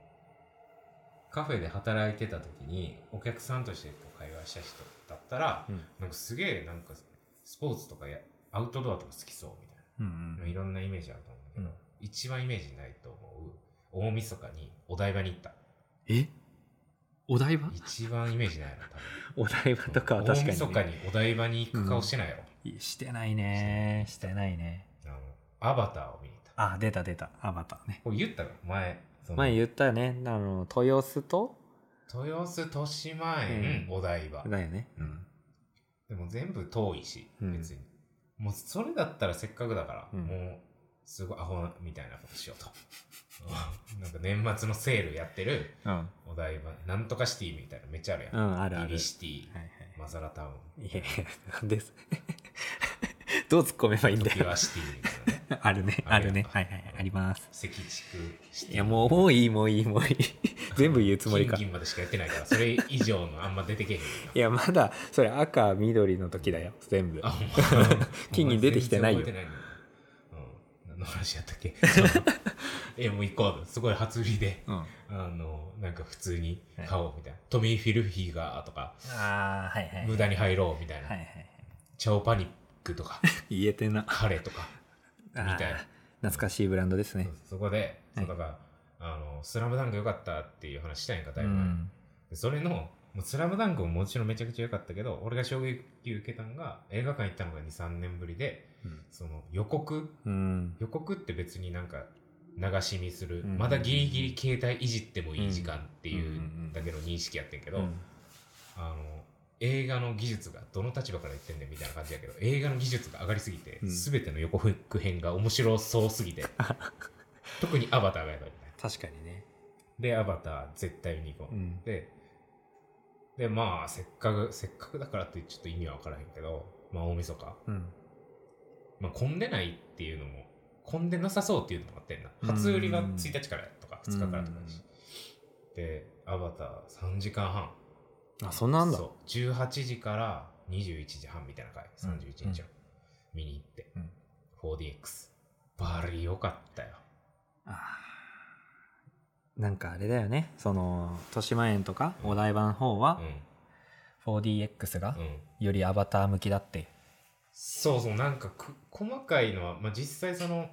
[SPEAKER 1] カフェで働いてた時にお客さんとしてこう会話した人だったら
[SPEAKER 2] うん
[SPEAKER 1] なんかすげえなんかスポーツとかやアウトドアとか好きそうみたい
[SPEAKER 2] うん
[SPEAKER 1] な
[SPEAKER 2] うん
[SPEAKER 1] いろんなイメージあると思うんだけど、
[SPEAKER 2] うん
[SPEAKER 1] 一番イメージないと思う大晦日にお台場に行った
[SPEAKER 2] えお台場
[SPEAKER 1] 一番イメージないの
[SPEAKER 2] お台場
[SPEAKER 1] 多分
[SPEAKER 2] とかは確かに、
[SPEAKER 1] 大晦日にお台場に行く顔してないやろ、
[SPEAKER 2] いやしてないねしてないね
[SPEAKER 1] あのアバターを見に行った
[SPEAKER 2] あ出た出たアバターね
[SPEAKER 1] これ言ったの前その
[SPEAKER 2] 前言ったよねあの豊洲と
[SPEAKER 1] 豊洲豊島園、
[SPEAKER 2] うん
[SPEAKER 1] お台場
[SPEAKER 2] だよね
[SPEAKER 1] うんでも全部遠いし、
[SPEAKER 2] うん
[SPEAKER 1] 別にもうそれだったらせっかくだから、
[SPEAKER 2] うん
[SPEAKER 1] もうすごいアホみたいなことしようと なんか年末のセールやってる
[SPEAKER 2] うん
[SPEAKER 1] お台場なんとかシティみたいなのめっちゃあるやん、リ
[SPEAKER 2] うんあるある
[SPEAKER 1] ビシティ
[SPEAKER 2] はいはい
[SPEAKER 1] マザラタウン
[SPEAKER 2] いやいやなんです どう突っ込めばいいんだ
[SPEAKER 1] キ
[SPEAKER 2] よ
[SPEAKER 1] ワシティみたいなね
[SPEAKER 2] あるね
[SPEAKER 1] あ
[SPEAKER 2] あ
[SPEAKER 1] るよ
[SPEAKER 2] るねはいはいあります
[SPEAKER 1] 赤地区シティ
[SPEAKER 2] いやもうもういいもういいもういい 全部言うつもりか
[SPEAKER 1] 金銀までしかやってないからそれ以上のあんま出てけへんよ
[SPEAKER 2] いやまだそれ赤緑の時だよ全部
[SPEAKER 1] あほんま
[SPEAKER 2] 金銀出てきてないよ
[SPEAKER 1] 全然覚えてないのうん何の話やったっ けえもう行こうすごい初売りで
[SPEAKER 2] うんあ
[SPEAKER 1] あの、なんか普通に買おうみたいな。トミー・フィルヒーガーとか、
[SPEAKER 2] あはいはい
[SPEAKER 1] 無駄に入ろうみたい
[SPEAKER 2] はいは
[SPEAKER 1] な。
[SPEAKER 2] い
[SPEAKER 1] チャオパニックとか、
[SPEAKER 2] 言えてな
[SPEAKER 1] カレーとか。
[SPEAKER 2] あー
[SPEAKER 1] みたいな
[SPEAKER 2] 懐かしいブランドです ね
[SPEAKER 1] そこで、
[SPEAKER 2] は
[SPEAKER 1] そ
[SPEAKER 2] い
[SPEAKER 1] うだから、あの、スラムダンク良かったっていう話したやんか、だ
[SPEAKER 2] う
[SPEAKER 1] いぶ前
[SPEAKER 2] ん
[SPEAKER 1] でそれの、もうスラムダンクももちろんめちゃくちゃ良かったけど、俺が衝撃受けたんが、映画館行ったのが2、3年ぶりで、その予告、
[SPEAKER 2] うん
[SPEAKER 1] 予告って別になんか流し見する、
[SPEAKER 2] うん
[SPEAKER 1] まだギリギリ携帯いじってもいい時間って
[SPEAKER 2] うん
[SPEAKER 1] い
[SPEAKER 2] うんうんう
[SPEAKER 1] うんだけの認識やってんけど、
[SPEAKER 2] うん
[SPEAKER 1] あの映画の技術がどの立場から言ってんねんみたいな感じやけど映画の技術が上がりすぎて、
[SPEAKER 2] うん
[SPEAKER 1] 全ての横フック編が面白そうすぎて特にアバターがやばいみたいな
[SPEAKER 2] 確かにね
[SPEAKER 1] でアバター絶対見に行こう、
[SPEAKER 2] うん
[SPEAKER 1] ででまあせっかくせっかくだからってちょっと意味は分からへんけどまあ大晦日
[SPEAKER 2] うん
[SPEAKER 1] まあ混んでないっていうのも混んでなさそうっていうのもあってんな
[SPEAKER 2] うん
[SPEAKER 1] 初売りが1日からとか2日からとかだし
[SPEAKER 2] うん
[SPEAKER 1] でアバター3時間半
[SPEAKER 2] あそんなんだ
[SPEAKER 1] そう18時から21時半みたいな回31日を、見に行って、
[SPEAKER 2] うん
[SPEAKER 1] 4DX バリ良かったよ
[SPEAKER 2] あーなんかあれだよねその豊島園とかお台場の方は
[SPEAKER 1] うん
[SPEAKER 2] 4DX が
[SPEAKER 1] うん
[SPEAKER 2] よりアバター向きだって
[SPEAKER 1] そうそうなんかく細かいのは、まあ、実際その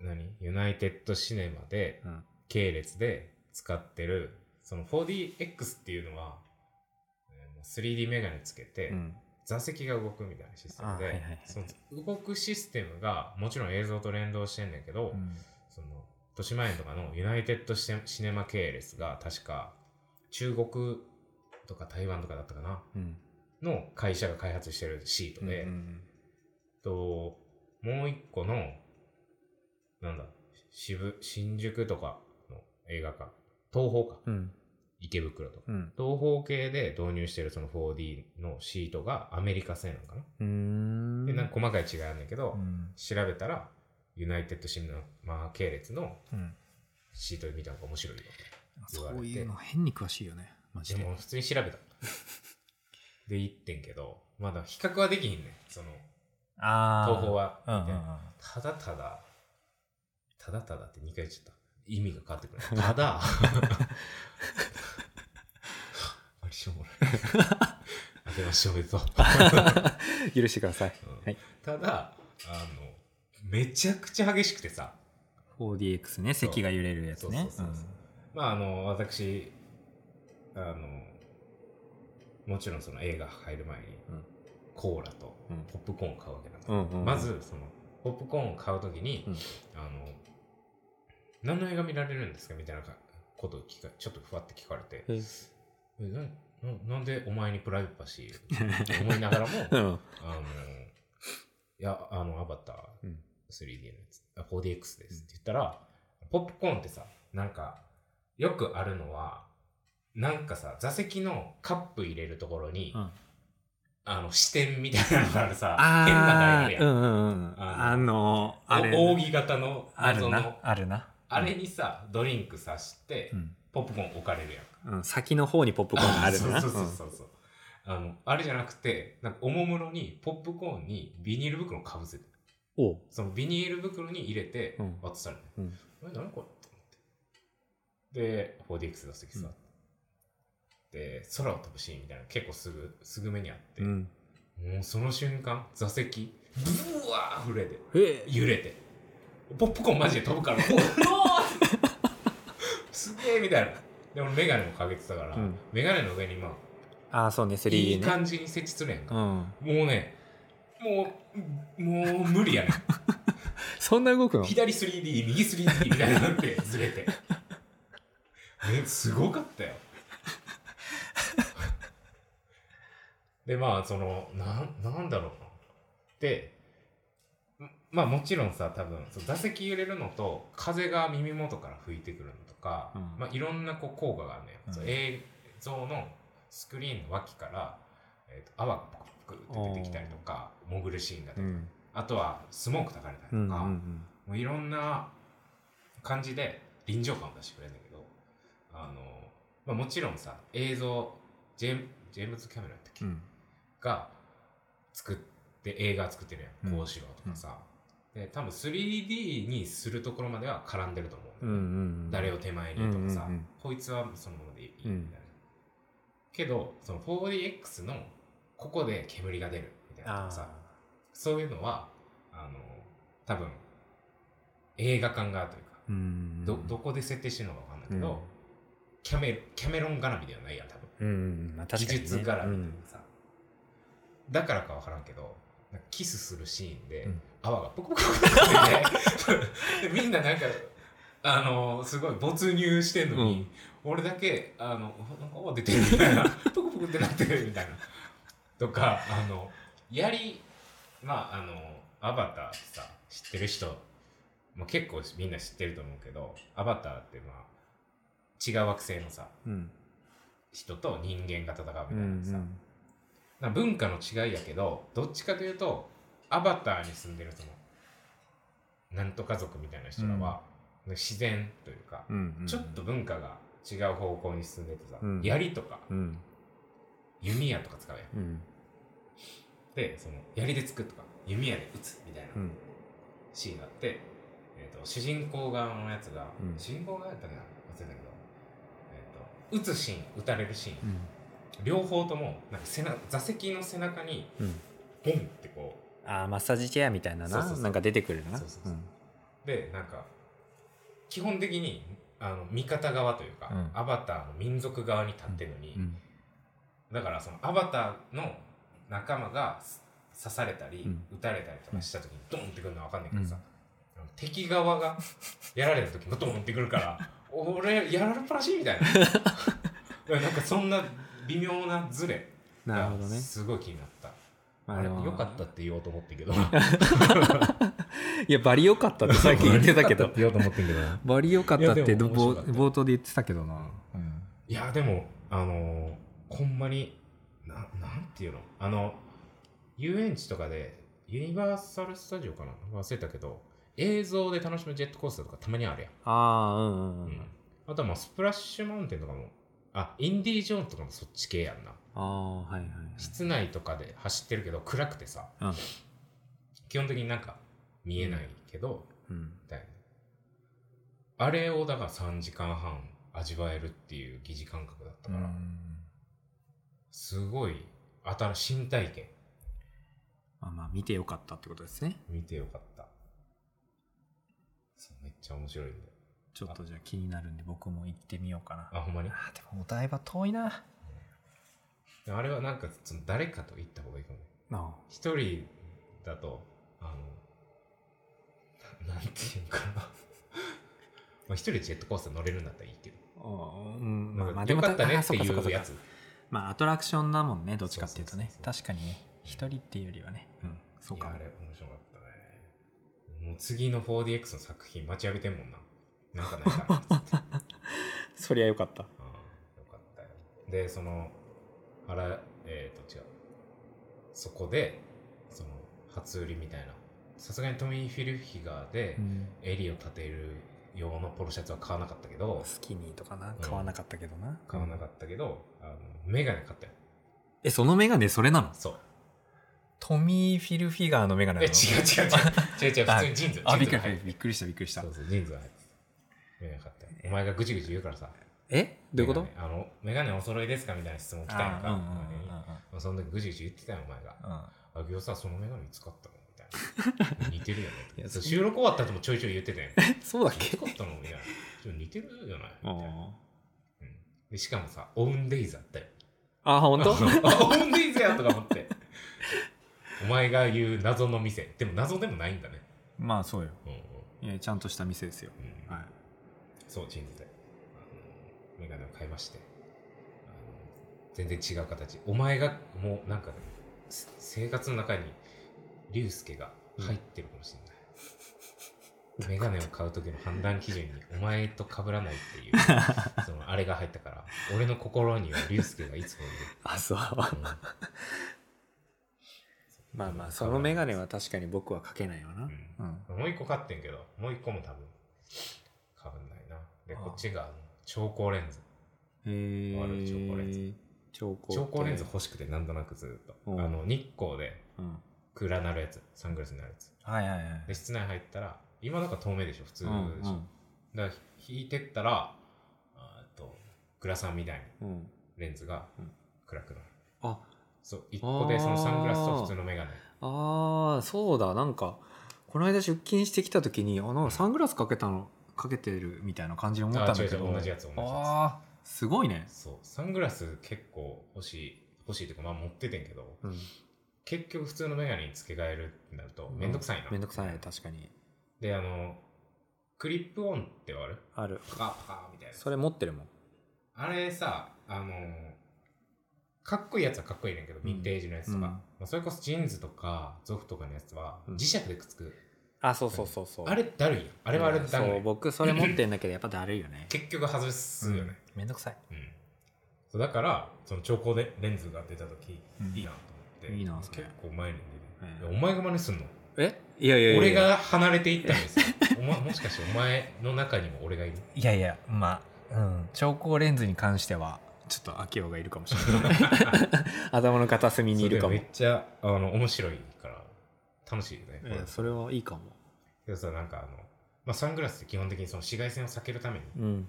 [SPEAKER 1] 何ユナイテッドシネマで
[SPEAKER 2] うん
[SPEAKER 1] 系列で使ってるその 4DX っていうのはえーもう 3D メガネつけて、
[SPEAKER 2] うん
[SPEAKER 1] 座席が動くみたいなシステムで、
[SPEAKER 2] あはいはいはい
[SPEAKER 1] その動くシステムがもちろん映像と連動してんねんけど、
[SPEAKER 2] うん
[SPEAKER 1] その豊島園とかのユナイテッドシネシネマ系列が確か中国とか台湾とかだったかな
[SPEAKER 2] うん
[SPEAKER 1] の会社が開発してるシートで、
[SPEAKER 2] うん
[SPEAKER 1] ともう一個のなんだ渋新宿とかの映画館東宝か
[SPEAKER 2] うん
[SPEAKER 1] 池袋とか
[SPEAKER 2] うん
[SPEAKER 1] 東宝系で導入してるその 4D のシートがアメリカ製なのかな、
[SPEAKER 2] うん
[SPEAKER 1] でなんか細かい違いあるんだけど、
[SPEAKER 2] うん
[SPEAKER 1] 調べたらユナイテッドシネマ系列の
[SPEAKER 2] うん
[SPEAKER 1] シートで見たのが面白いよ
[SPEAKER 2] そういうの変に詳しいよねマジ
[SPEAKER 1] で
[SPEAKER 2] で
[SPEAKER 1] も普通に調べた。で行ってんけど、まだ比較はできひんねん。その、
[SPEAKER 2] ああ。
[SPEAKER 1] 東宝は。
[SPEAKER 2] うんうん
[SPEAKER 1] みたいなただただ、ただただって2回言っちゃった。意味が変わってくる。 ただ、あれしょうもない。あけましておめでとう。
[SPEAKER 2] うん。許してください。
[SPEAKER 1] うん
[SPEAKER 2] はい
[SPEAKER 1] ただ、あの、めちゃくちゃ激しくてさ、
[SPEAKER 2] 4DX ね、
[SPEAKER 1] そう
[SPEAKER 2] 席が揺れるやつね。
[SPEAKER 1] そうそうそうそうまああの私あのもちろんその映画入る前に、
[SPEAKER 2] うん
[SPEAKER 1] コーラと
[SPEAKER 2] うん
[SPEAKER 1] ポップコーンを買うわけなんだ、
[SPEAKER 2] うんうんうん
[SPEAKER 1] まずそのポップコーンを買うときに、
[SPEAKER 2] うん
[SPEAKER 1] あの何の映画見られるんですかみたいなことを聞かちょっとふわって聞かれて
[SPEAKER 2] うんへ
[SPEAKER 1] えなななんでお前にプライバシー って思いながらも
[SPEAKER 2] えう
[SPEAKER 1] あ
[SPEAKER 2] ん。
[SPEAKER 1] のいやあのアバター
[SPEAKER 2] うん
[SPEAKER 1] 3D のやつ、あ 4DX ですって言ったら、ポップコーンってさ、なんか、よくあるのは、なんかさ、座席のカップ入れるところに、
[SPEAKER 2] うん
[SPEAKER 1] あの、視点みたいなのがあるさ、変な台ある
[SPEAKER 2] ああ、う
[SPEAKER 1] やん。
[SPEAKER 2] んうんうん。
[SPEAKER 1] あ
[SPEAKER 2] あの、あれ。
[SPEAKER 1] お扇形の、
[SPEAKER 2] ある
[SPEAKER 1] 謎
[SPEAKER 2] な
[SPEAKER 1] の、
[SPEAKER 2] あるな。
[SPEAKER 1] あれにさ、ドリンクさして、
[SPEAKER 2] うん。
[SPEAKER 1] ポップコーン置かれるやん。
[SPEAKER 2] うん。先の方にポップコーンがあるな。
[SPEAKER 1] そうそうそうそう。あの、あれじゃなくて、なんかおもむろに、ポップコーンにビニール袋をかぶせて、
[SPEAKER 2] うんおう
[SPEAKER 1] そのビニール袋に入れて
[SPEAKER 2] うん
[SPEAKER 1] 渡される、
[SPEAKER 2] うん
[SPEAKER 1] え何これって思ってで 4DX 出す時さ、
[SPEAKER 2] うん
[SPEAKER 1] で空を飛ぶシーンみたいなの結構すぐすぐ目にあって、
[SPEAKER 2] うん。
[SPEAKER 1] もうその瞬間座席ブワー震えて
[SPEAKER 2] へえ。
[SPEAKER 1] 揺れてポップコーンマジで飛ぶからうわーすげえみたいなでも眼鏡もかけてたから、
[SPEAKER 2] うん
[SPEAKER 1] メガ眼鏡の上にまあ
[SPEAKER 2] ああ、そうね、3D ね。
[SPEAKER 1] いい感じに設置するやん
[SPEAKER 2] う
[SPEAKER 1] か、
[SPEAKER 2] ん。
[SPEAKER 1] もうねもうもう無理やねん
[SPEAKER 2] そんな動くの
[SPEAKER 1] 左 3D 右 3D みたいになってずれて えすごかったよ でまあそのなんなんだろうなでんまあもちろんさ多分そう座席揺れるのと風が耳元から吹いてくるのとか、
[SPEAKER 2] うん
[SPEAKER 1] まあいろんなこう効果があるのよ、
[SPEAKER 2] うん
[SPEAKER 1] そう映像のスクリーンの脇から、えーと泡がポクポクって出てきたりとか潜るシーンが出
[SPEAKER 2] う
[SPEAKER 1] て、
[SPEAKER 2] ん。
[SPEAKER 1] あとはスモークたかれたりとか、
[SPEAKER 2] うんうんうん。
[SPEAKER 1] もういろんな感じで臨場感を出してくれるんだけど、あの、まあ、もちろんさ、映像、ジェームジェームズ・キャメロンやったっけ、
[SPEAKER 2] うん。
[SPEAKER 1] が作って、映画作ってるやん、
[SPEAKER 2] うん
[SPEAKER 1] こうしろとかさ。で、多分 3D にするところまでは絡んでると思う。
[SPEAKER 2] うんうんうん。
[SPEAKER 1] 誰を手前にとかさ、
[SPEAKER 2] うんうんうん
[SPEAKER 1] こいつはそのままでいいみたい
[SPEAKER 2] うん
[SPEAKER 1] な。けど、その 4DX のここで煙が出るみたいなと
[SPEAKER 2] あ
[SPEAKER 1] かさ
[SPEAKER 2] あ、。
[SPEAKER 1] そういうのは、あの、多分、映画感がというか、
[SPEAKER 2] うん。
[SPEAKER 1] ど、どこで設定してるのかわかんないけど、
[SPEAKER 2] うん
[SPEAKER 1] キャメロ、キャメロン絡みではないやん、多分。
[SPEAKER 2] うんうん。まあ確かにね。
[SPEAKER 1] 技術絡みというか
[SPEAKER 2] うん
[SPEAKER 1] さ、だからかわからんけど、なんかキスするシーンで、
[SPEAKER 2] うん
[SPEAKER 1] 泡がポコポコポコって出 てでみんななんか、あのすごい没入してんのに、俺だけ、あの、なんか泡出てるみたい な、ポコポコってなってるみたいな。とか、あの、やり、まあ、あの、アバターってさ、知ってる人、まあ、結構みんな知ってると思うけど、アバターってまあ、違う惑星のさ、
[SPEAKER 2] うん。
[SPEAKER 1] 人と人間が戦う
[SPEAKER 2] う
[SPEAKER 1] みたいなさ、
[SPEAKER 2] ん。
[SPEAKER 1] なんか文化の違いやけどどっちかというとアバターに住んでるそのなんとか族みたいな人らは、自然というか、
[SPEAKER 2] うんうん。
[SPEAKER 1] ちょっと。文化が違う方向に進んでてさ、
[SPEAKER 2] うん
[SPEAKER 1] 槍とか
[SPEAKER 2] うん。
[SPEAKER 1] 弓矢とか使うやん
[SPEAKER 2] うん。
[SPEAKER 1] でその槍で突くとか弓矢で撃つみたいな
[SPEAKER 2] うん。
[SPEAKER 1] シーンがあって、えー、と主人公側のやつが、
[SPEAKER 2] うん
[SPEAKER 1] 主人公側やったかな忘れたけど、えー、と撃つシーン撃たれるシーン
[SPEAKER 2] うん。
[SPEAKER 1] 両方ともなんか背な座席の背中に
[SPEAKER 2] うん。
[SPEAKER 1] ボンってこう
[SPEAKER 2] ああ、マッサージチェアみたいな
[SPEAKER 1] そうそう
[SPEAKER 2] な。
[SPEAKER 1] そう
[SPEAKER 2] なんか出てくるな。
[SPEAKER 1] そうそうそうでなんか基本的にあの味方側というか、
[SPEAKER 2] うん
[SPEAKER 1] アバターの民族側に立ってるのに、
[SPEAKER 2] うんうん。
[SPEAKER 1] だからそのアバターの仲間がす刺されたり、
[SPEAKER 2] うん
[SPEAKER 1] 撃たれたりとかした時にドンってくるのは分かんないけどさ、あの敵側がやられた時もドンってくるから 俺やられっぱなしみたい ななんかそんな微妙なズレ
[SPEAKER 2] なるほどね。
[SPEAKER 1] すごい気になった。
[SPEAKER 2] ま
[SPEAKER 1] あれ
[SPEAKER 2] でも
[SPEAKER 1] 良かったって言おうと思ってん けど。
[SPEAKER 2] いや、バリ良かったってさっき言ってたけど。
[SPEAKER 1] 言おうと思ってんけど。
[SPEAKER 2] バリ良かったっ
[SPEAKER 1] いや
[SPEAKER 2] て
[SPEAKER 1] でも面白
[SPEAKER 2] ぼ
[SPEAKER 1] かった
[SPEAKER 2] 冒頭で言ってたけどな。うん。
[SPEAKER 1] いや、でも、あのー、ほんまに、な、なんていうのあの、遊園地とかで、ユニバーサル・スタジオかな忘れたけど、映像で楽しむジェットコースターとかたまにあるやん。
[SPEAKER 2] ああ、うんうん
[SPEAKER 1] う
[SPEAKER 2] う
[SPEAKER 1] んん。あとはまあ、スプラッシュマウンテンとかもあインディ・ージョーンズとかもそっち系やんな
[SPEAKER 2] ああはいはい
[SPEAKER 1] 室内とかで走ってるけど暗くてさ
[SPEAKER 2] はい
[SPEAKER 1] 基本的になんか見えないけど、
[SPEAKER 2] うん、うん、
[SPEAKER 1] みたいなあれをだから3時間半味わえるっていう疑似感覚だったから、すごい新新体験
[SPEAKER 2] まあまあ見てよかったってことですね
[SPEAKER 1] 見てよかったそうめっちゃ面白いんだよ
[SPEAKER 2] ちょっとじゃあ気になるんで僕も行ってみようかな
[SPEAKER 1] あほんまに
[SPEAKER 2] あでもお台場遠いな
[SPEAKER 1] あれはなんかその誰かと行った方がいいかもね
[SPEAKER 2] あ
[SPEAKER 1] 一人だとあのななんていうのかな まあ一人でジェットコースター乗れるんだったらいいけど、
[SPEAKER 2] あうん
[SPEAKER 1] ま
[SPEAKER 2] ま
[SPEAKER 1] あ
[SPEAKER 2] あまあで
[SPEAKER 1] よ
[SPEAKER 2] も
[SPEAKER 1] かったね
[SPEAKER 2] あ
[SPEAKER 1] って
[SPEAKER 2] そうか
[SPEAKER 1] い
[SPEAKER 2] そうかそうう
[SPEAKER 1] や
[SPEAKER 2] か
[SPEAKER 1] つ
[SPEAKER 2] まあアトラクションなもんねどっちかっていうとね
[SPEAKER 1] そうそうそうそう
[SPEAKER 2] 確かにね一人っていうよりはねうんそう
[SPEAKER 1] い
[SPEAKER 2] か
[SPEAKER 1] やあれ面白かったねもう次の 4DX の作品待ちわびてんもんななんかないかな うんよ
[SPEAKER 2] そりゃよかった
[SPEAKER 1] かったよでそのあらえっ、と違うそこでその初売りみたいなさすがにトミー・フィルヒガーで
[SPEAKER 2] うん
[SPEAKER 1] 襟を立てる用のポロシャツは買わなかったけど、
[SPEAKER 2] スキニーとかな買わなかったけどな
[SPEAKER 1] 買わなか
[SPEAKER 2] った
[SPEAKER 1] ったけど、あのメガネ買ったよ
[SPEAKER 2] えそのメガネそれなの
[SPEAKER 1] そう
[SPEAKER 2] トミー・フィルフィガーのメガネ
[SPEAKER 1] え違
[SPEAKER 2] な
[SPEAKER 1] う
[SPEAKER 2] の
[SPEAKER 1] 違う違う違う違う
[SPEAKER 2] あ
[SPEAKER 1] 普通にジーンズ
[SPEAKER 2] あ
[SPEAKER 1] ジ
[SPEAKER 2] び
[SPEAKER 1] ーンズが
[SPEAKER 2] っくり
[SPEAKER 1] 入ってる
[SPEAKER 2] びっくりしたびっくりした
[SPEAKER 1] そうそうジーンズが入ってるメガネ買ったよお前がぐちぐち言うからさ
[SPEAKER 2] えどういうこと
[SPEAKER 1] メガネあの、メガネお揃いですかみたいな質問来たやんか。
[SPEAKER 2] あ
[SPEAKER 1] お前にまあその時ぐちぐち言ってたよ、お前が。
[SPEAKER 2] うんうんうんうん
[SPEAKER 1] あぎょうさ、そのメガネいつ買ったのみた いな。似てるよね
[SPEAKER 2] いや
[SPEAKER 1] そう。
[SPEAKER 2] そ
[SPEAKER 1] 収録終わった後もちょいちょい言ってたやん。 い
[SPEAKER 2] えそうだっ
[SPEAKER 1] つ
[SPEAKER 2] け
[SPEAKER 1] 買ったのみたいな。ちょっと似てるじゃないみ
[SPEAKER 2] あ
[SPEAKER 1] たいな、うんで。しかもさ、オウンデイズあったよ。
[SPEAKER 2] あ本当
[SPEAKER 1] あオウンデイズやとか思って。お前が言う謎の店。でも謎でもないんだね。
[SPEAKER 2] まあそうよ
[SPEAKER 1] うんうん
[SPEAKER 2] いやちゃんとした店ですよ
[SPEAKER 1] うん
[SPEAKER 2] はい
[SPEAKER 1] そう、ジーンズで。あの、メガネを買いまして。あの全然違う形。お前が、もうなんかね、せ生活の中に、竜介が入ってるかもしれない。メガネを買う時の判断基準に、お前と被らないっていう、 そのあれが入ったから、俺の心には竜介がいつもいる。
[SPEAKER 2] あそう
[SPEAKER 1] うん
[SPEAKER 2] まあまあそのメガネは確かに僕はかけないよな
[SPEAKER 1] うもう一個買ってんけど、もう一個も多分、被んないな。で、こっちが、あの超光レンズ。
[SPEAKER 2] へえ
[SPEAKER 1] ある超高レンズ
[SPEAKER 2] 超高
[SPEAKER 1] 超光レンズ欲しくてなんとなくずっと、
[SPEAKER 2] うん
[SPEAKER 1] あの日光で
[SPEAKER 2] うん
[SPEAKER 1] 暗なるやつサングラスになるやつ
[SPEAKER 2] はいはいは
[SPEAKER 1] で
[SPEAKER 2] い
[SPEAKER 1] 室内入ったら今なんか透明でしょ普通
[SPEAKER 2] う
[SPEAKER 1] でしょ、
[SPEAKER 2] ん
[SPEAKER 1] だから引いてったらあーっとグラサンみたいな
[SPEAKER 2] うんうん
[SPEAKER 1] レンズが
[SPEAKER 2] うん
[SPEAKER 1] 暗くなる、
[SPEAKER 2] あ
[SPEAKER 1] そう一個でそのサングラスと普通のメガネ
[SPEAKER 2] あーそうだなんかこの間出勤してきた時にあなんかサングラスかけたのかけてるみたいな感じに思ったんだけ
[SPEAKER 1] あ違う
[SPEAKER 2] ど
[SPEAKER 1] 違う同じやつ同じやつ
[SPEAKER 2] あーすごいね、
[SPEAKER 1] そうサングラス結構欲しい欲しいというかまあ持っててんけど
[SPEAKER 2] うん、
[SPEAKER 1] 結局普通のメガネに付け替えるってなるとめんどくさいな、
[SPEAKER 2] めんどくさい確かに
[SPEAKER 1] であのクリップオンってある
[SPEAKER 2] ある
[SPEAKER 1] パカパカみたいな
[SPEAKER 2] それ持ってるもん
[SPEAKER 1] あれさ、あのーかっこいいやつはかっこいいねんけど、
[SPEAKER 2] うん
[SPEAKER 1] ヴィンテージのやつとか、
[SPEAKER 2] うん
[SPEAKER 1] まあ、それこそジーンズとか、ゾフとかのやつは、
[SPEAKER 2] うん
[SPEAKER 1] 磁石でくっつく。
[SPEAKER 2] あそうそうそうそう
[SPEAKER 1] あれだるいやん。あれはあれだるい
[SPEAKER 2] そ
[SPEAKER 1] や。
[SPEAKER 2] うん僕それ持ってんだけどやっぱだるいよね
[SPEAKER 1] 結局外すよね。
[SPEAKER 2] うんめんどくさい
[SPEAKER 1] うん。そうだから、その調光でレンズが出た時、
[SPEAKER 2] うん
[SPEAKER 1] いいなと思って。
[SPEAKER 2] いいなそ
[SPEAKER 1] 結
[SPEAKER 2] れ
[SPEAKER 1] 構前に出る、
[SPEAKER 2] うん
[SPEAKER 1] いやお前が真似すんの
[SPEAKER 2] えいやいやいや
[SPEAKER 1] 俺が離れていったんですよ。 お前もしかしてお前の中にも俺がいる
[SPEAKER 2] いやいやまあ、うん、超光レンズに関してはちょっと秋夫がいるかもしれない 頭の片隅にいるかも
[SPEAKER 1] それめっちゃ、あの、面白いから、楽しいよね。
[SPEAKER 2] うんそれはいいかも
[SPEAKER 1] けどさなんかあの、まあ、サングラスって基本的にその紫外線を避けるために
[SPEAKER 2] うん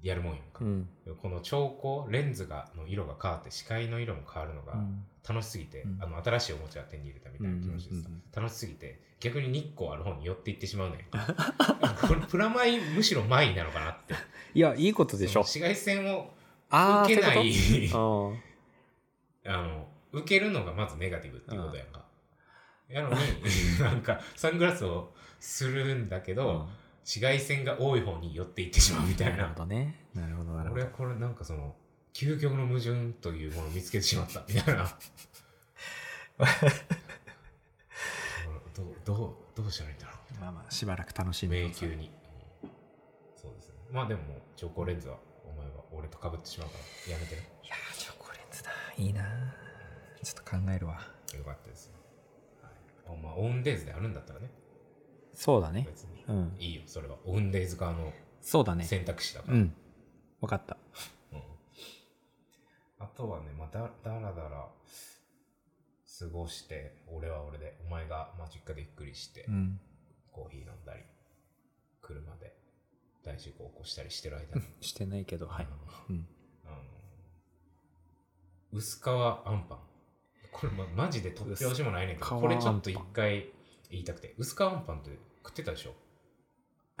[SPEAKER 1] やるもんやん
[SPEAKER 2] う
[SPEAKER 1] か、
[SPEAKER 2] ん
[SPEAKER 1] この調光レンズがの色が変わって視界の色も変わるのが楽しすぎて、
[SPEAKER 2] うん
[SPEAKER 1] あの新しいおもちゃを手に入れたみたいな気持ちでさ、
[SPEAKER 2] うんうんうん
[SPEAKER 1] 楽しすぎて逆に日光ある方に寄っていってしまうねんこれ プラマイむしろ前なのかなって
[SPEAKER 2] いやいいことでし
[SPEAKER 1] その
[SPEAKER 2] ょ
[SPEAKER 1] 紫外線を
[SPEAKER 2] ああ
[SPEAKER 1] 受けない あ
[SPEAKER 2] あ
[SPEAKER 1] の受けるのがまずネガティブっていうことやんか、やのに なんかサングラスをするんだけど、紫外線が多い方に寄っていってしまうみたい
[SPEAKER 2] なる
[SPEAKER 1] な
[SPEAKER 2] ほ。どねなるほどなるほ
[SPEAKER 1] 俺
[SPEAKER 2] ど
[SPEAKER 1] はこれなんかその、究極の矛盾というものを見つけてしまったみたい な。どう、どう、どうしたらいいんだろう
[SPEAKER 2] まあまあしばらく楽しんで
[SPEAKER 1] 迷
[SPEAKER 2] ください
[SPEAKER 1] 宮に。うんそうですね。まあでももう、調光レンズは、お前は俺と被ってしまうから、やめてね。
[SPEAKER 2] いやー超光レンズだいいなーちょっと考えるわ
[SPEAKER 1] よかったですよ。はい、まあ、オウンデイズであるんだったらね、
[SPEAKER 2] そうだね
[SPEAKER 1] 別に。
[SPEAKER 2] うん
[SPEAKER 1] いいよ、それは。オウンデイズ側の
[SPEAKER 2] そうだね
[SPEAKER 1] 選択肢だから。
[SPEAKER 2] うんわかった
[SPEAKER 1] うんあとはね、まあ、だだらだら過ごして、俺は俺で、お前が、まあ、実家でゆっくりして、
[SPEAKER 2] ん。
[SPEAKER 1] コーヒー飲んだり、車で大事故起こしたりしてる間に、
[SPEAKER 2] してないけど、 はい。うん。
[SPEAKER 1] あの、薄皮あんぱん。これ、ま、マジで突拍子もないねんけど、
[SPEAKER 2] 薄皮
[SPEAKER 1] これちょっと一回言いたくて、薄皮あんぱんって食ってたでしょ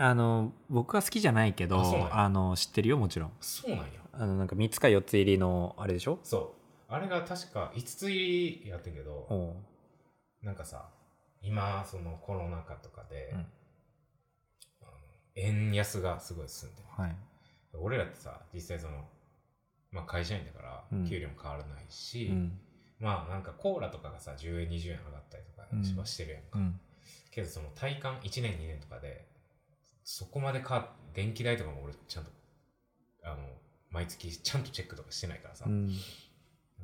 [SPEAKER 2] あの、僕は好きじゃないけど、
[SPEAKER 1] あそうなんや
[SPEAKER 2] あの、知ってるよ、もちろん。
[SPEAKER 1] そうなんや。
[SPEAKER 2] あの、なんか3つか4つ入りの、あれでしょ
[SPEAKER 1] そう。あれが確か5つ入りやってんけど、
[SPEAKER 2] おう
[SPEAKER 1] なんかさ、今、そのコロナ禍とかで、
[SPEAKER 2] うん
[SPEAKER 1] あの円安がすごい進んでる。
[SPEAKER 2] はい。
[SPEAKER 1] 俺らってさ、実際その、まあ会社員だか
[SPEAKER 2] うん
[SPEAKER 1] ら、給料も変わらないし、
[SPEAKER 2] うん。
[SPEAKER 1] まあなんかコーラとかがさ、10円、20円上がったりとかし
[SPEAKER 2] うん
[SPEAKER 1] はしてるやんか。
[SPEAKER 2] うん。
[SPEAKER 1] けどその体感1年、2年とかで、そこまでか、電気代とかも俺ちゃんと、あの、毎月ちゃんとチェックとかしてないからさ、
[SPEAKER 2] うん。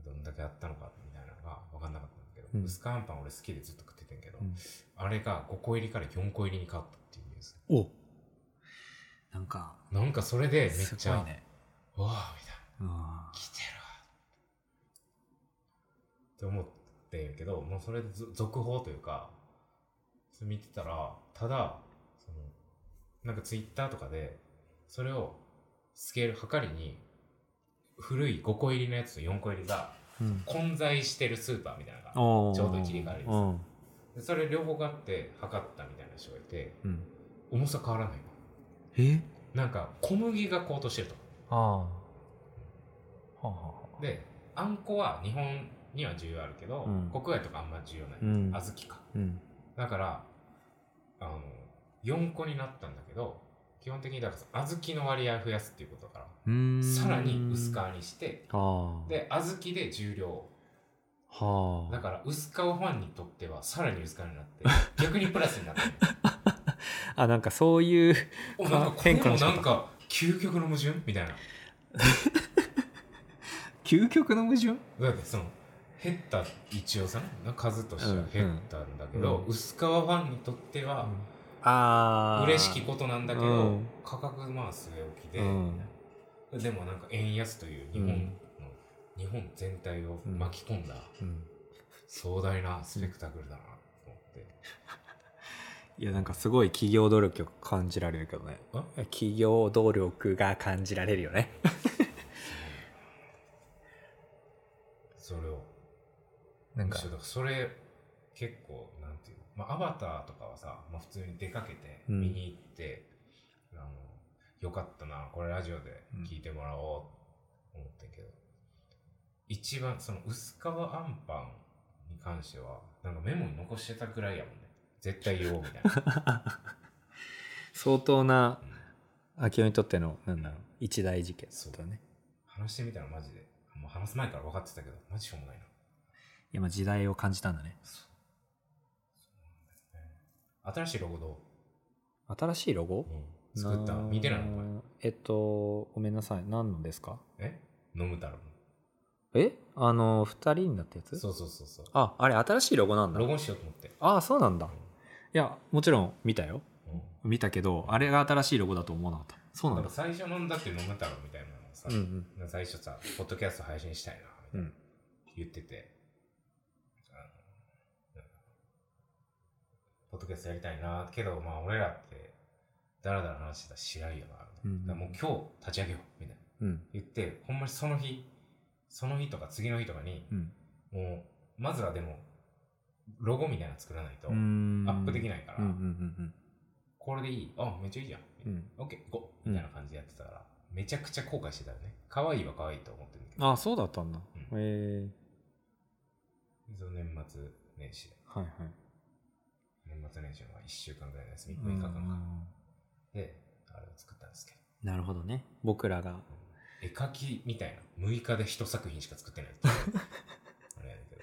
[SPEAKER 1] どんだけあったのかみたいなのが分かんなかったんだけど、
[SPEAKER 2] うん
[SPEAKER 1] 薄皮あんパン俺好きでずっと食っててんけど、
[SPEAKER 2] うん
[SPEAKER 1] あれが5個入りから4個入りに変わったっていうニュース。
[SPEAKER 2] おなんか、
[SPEAKER 1] なんかそれでめっ
[SPEAKER 2] す
[SPEAKER 1] ち
[SPEAKER 2] ご
[SPEAKER 1] ゃ、
[SPEAKER 2] いね。
[SPEAKER 1] わあみたいな、
[SPEAKER 2] うん。
[SPEAKER 1] 来てるわって思ってんやけど、もうそれでぞ続報というか、それ見てたら、ただ、その、なんかツイッターとかで、それをスケール測りに、古い5個入りのやつと4個入りが
[SPEAKER 2] うん。
[SPEAKER 1] 混在してるスーパーみたいなのが
[SPEAKER 2] お
[SPEAKER 1] ちょうど切り替わりです
[SPEAKER 2] うん。
[SPEAKER 1] でそれ両方があって測ったみたいな人がいて
[SPEAKER 2] うん。
[SPEAKER 1] 重さ変わらない
[SPEAKER 2] え
[SPEAKER 1] なんか小麦が高騰してると
[SPEAKER 2] ああ。はあはあ。
[SPEAKER 1] であんこは日本には需要あるけど、
[SPEAKER 2] うん
[SPEAKER 1] 国外とかあんま需要ない、
[SPEAKER 2] うん
[SPEAKER 1] 小豆か
[SPEAKER 2] うん。
[SPEAKER 1] だからあの4個になったんだけど基本的にだから小豆の割合を増やすっていうことだか
[SPEAKER 2] うーん
[SPEAKER 1] らさらに薄皮にして
[SPEAKER 2] ああ。、
[SPEAKER 1] で小豆で重量
[SPEAKER 2] はあ。
[SPEAKER 1] だから薄皮ファンにとってはさらに薄皮になって逆にプラス になってる
[SPEAKER 2] あ、なんかそう いう、
[SPEAKER 1] おなんかこれ
[SPEAKER 2] 変化の
[SPEAKER 1] も
[SPEAKER 2] 仕方
[SPEAKER 1] なんか究極の矛盾みたいな
[SPEAKER 2] 究極の矛盾
[SPEAKER 1] だってその減った一応さ数としては減ったんだけ
[SPEAKER 2] う
[SPEAKER 1] ど、
[SPEAKER 2] ん
[SPEAKER 1] 薄皮ファンにとっては
[SPEAKER 2] ああ。
[SPEAKER 1] 嬉しきことなんだけど、
[SPEAKER 2] うん
[SPEAKER 1] 価格まあ据え置きで、
[SPEAKER 2] うん
[SPEAKER 1] でもなんか円安という日本の、
[SPEAKER 2] うん
[SPEAKER 1] 日本全体を巻き込んだ
[SPEAKER 2] うん。
[SPEAKER 1] 壮大なスペクタクルだなと思って、
[SPEAKER 2] いや、なんかすごい企業努力が感じられるけどね。
[SPEAKER 1] あ
[SPEAKER 2] 企業努力が感じられるよね。
[SPEAKER 1] それを
[SPEAKER 2] なん
[SPEAKER 1] む
[SPEAKER 2] か
[SPEAKER 1] しろだ。からそれ結構なんていうの、まあ、アバターとかはさ、まあ、普通に出かけて
[SPEAKER 2] うん
[SPEAKER 1] 見に行って、あのよかったなこれラジオで聞いてもらおうと思ったけど、一番その薄皮あんパンに関してはなんかメモに残してたくらいやもんね絶対言おうみたいな、
[SPEAKER 2] 相当な
[SPEAKER 1] うん
[SPEAKER 2] 秋代にとってのなんだろう一大事件
[SPEAKER 1] そう
[SPEAKER 2] だね
[SPEAKER 1] 話してみたらマジでもう話す前から分かってたけどマジしょうもないない
[SPEAKER 2] やまあ時代を感じたんだね
[SPEAKER 1] 新しいロゴど
[SPEAKER 2] 新しいロゴ
[SPEAKER 1] う、うん作った見てないのこれ
[SPEAKER 2] えっとごめんなさい何のですか
[SPEAKER 1] え飲む太郎の
[SPEAKER 2] えあの2人になったやつ
[SPEAKER 1] そうそうそうそう
[SPEAKER 2] ああれ新しいロゴなんだ
[SPEAKER 1] ロゴにしようと思って
[SPEAKER 2] ああそうなんだ
[SPEAKER 1] うん
[SPEAKER 2] いやもちろん見たよ
[SPEAKER 1] うん
[SPEAKER 2] 見たけどあれが新しいロゴだと思わなかったそうな
[SPEAKER 1] だ
[SPEAKER 2] ん
[SPEAKER 1] か
[SPEAKER 2] だ
[SPEAKER 1] ら最初飲んだって飲む太郎みたいなのをさ、
[SPEAKER 2] うん
[SPEAKER 1] 最初さ、ポッドキャスト配信したいな、みた
[SPEAKER 2] う
[SPEAKER 1] い
[SPEAKER 2] んう
[SPEAKER 1] なん言ってて、あのなんかポッドキャストやりたいな、けど、まあ俺らって、だらだら話してたら知らんよな、みたいな。
[SPEAKER 2] うん
[SPEAKER 1] だからもう今日立ち上げよう、みたいな。
[SPEAKER 2] うん
[SPEAKER 1] 言って、ほんまにその日、その日とか次の日とかに、
[SPEAKER 2] うん
[SPEAKER 1] もう、まずはでも、ロゴみたいなの作らないと、アップでき
[SPEAKER 2] い
[SPEAKER 1] ないから、
[SPEAKER 2] うんうん
[SPEAKER 1] これでいいあ、めっちゃいいじゃん。
[SPEAKER 2] うんうん
[SPEAKER 1] オッケー、ゴーみたいな感じでやってたから、めちゃくちゃ後悔してたよね。可愛いは可愛いと思ってるんだけど、
[SPEAKER 2] ああそうだったんだへ
[SPEAKER 1] う
[SPEAKER 2] え
[SPEAKER 1] その年末年始で、
[SPEAKER 2] はいはい
[SPEAKER 1] 年末年始の1週間ぐらいの休み、6日間
[SPEAKER 2] う
[SPEAKER 1] か。
[SPEAKER 2] ん
[SPEAKER 1] で、あれを作ったんですけど、
[SPEAKER 2] なるほどね僕らが
[SPEAKER 1] 絵描きみたいな、6日で1作品しか作ってないっていう あれやねんけど、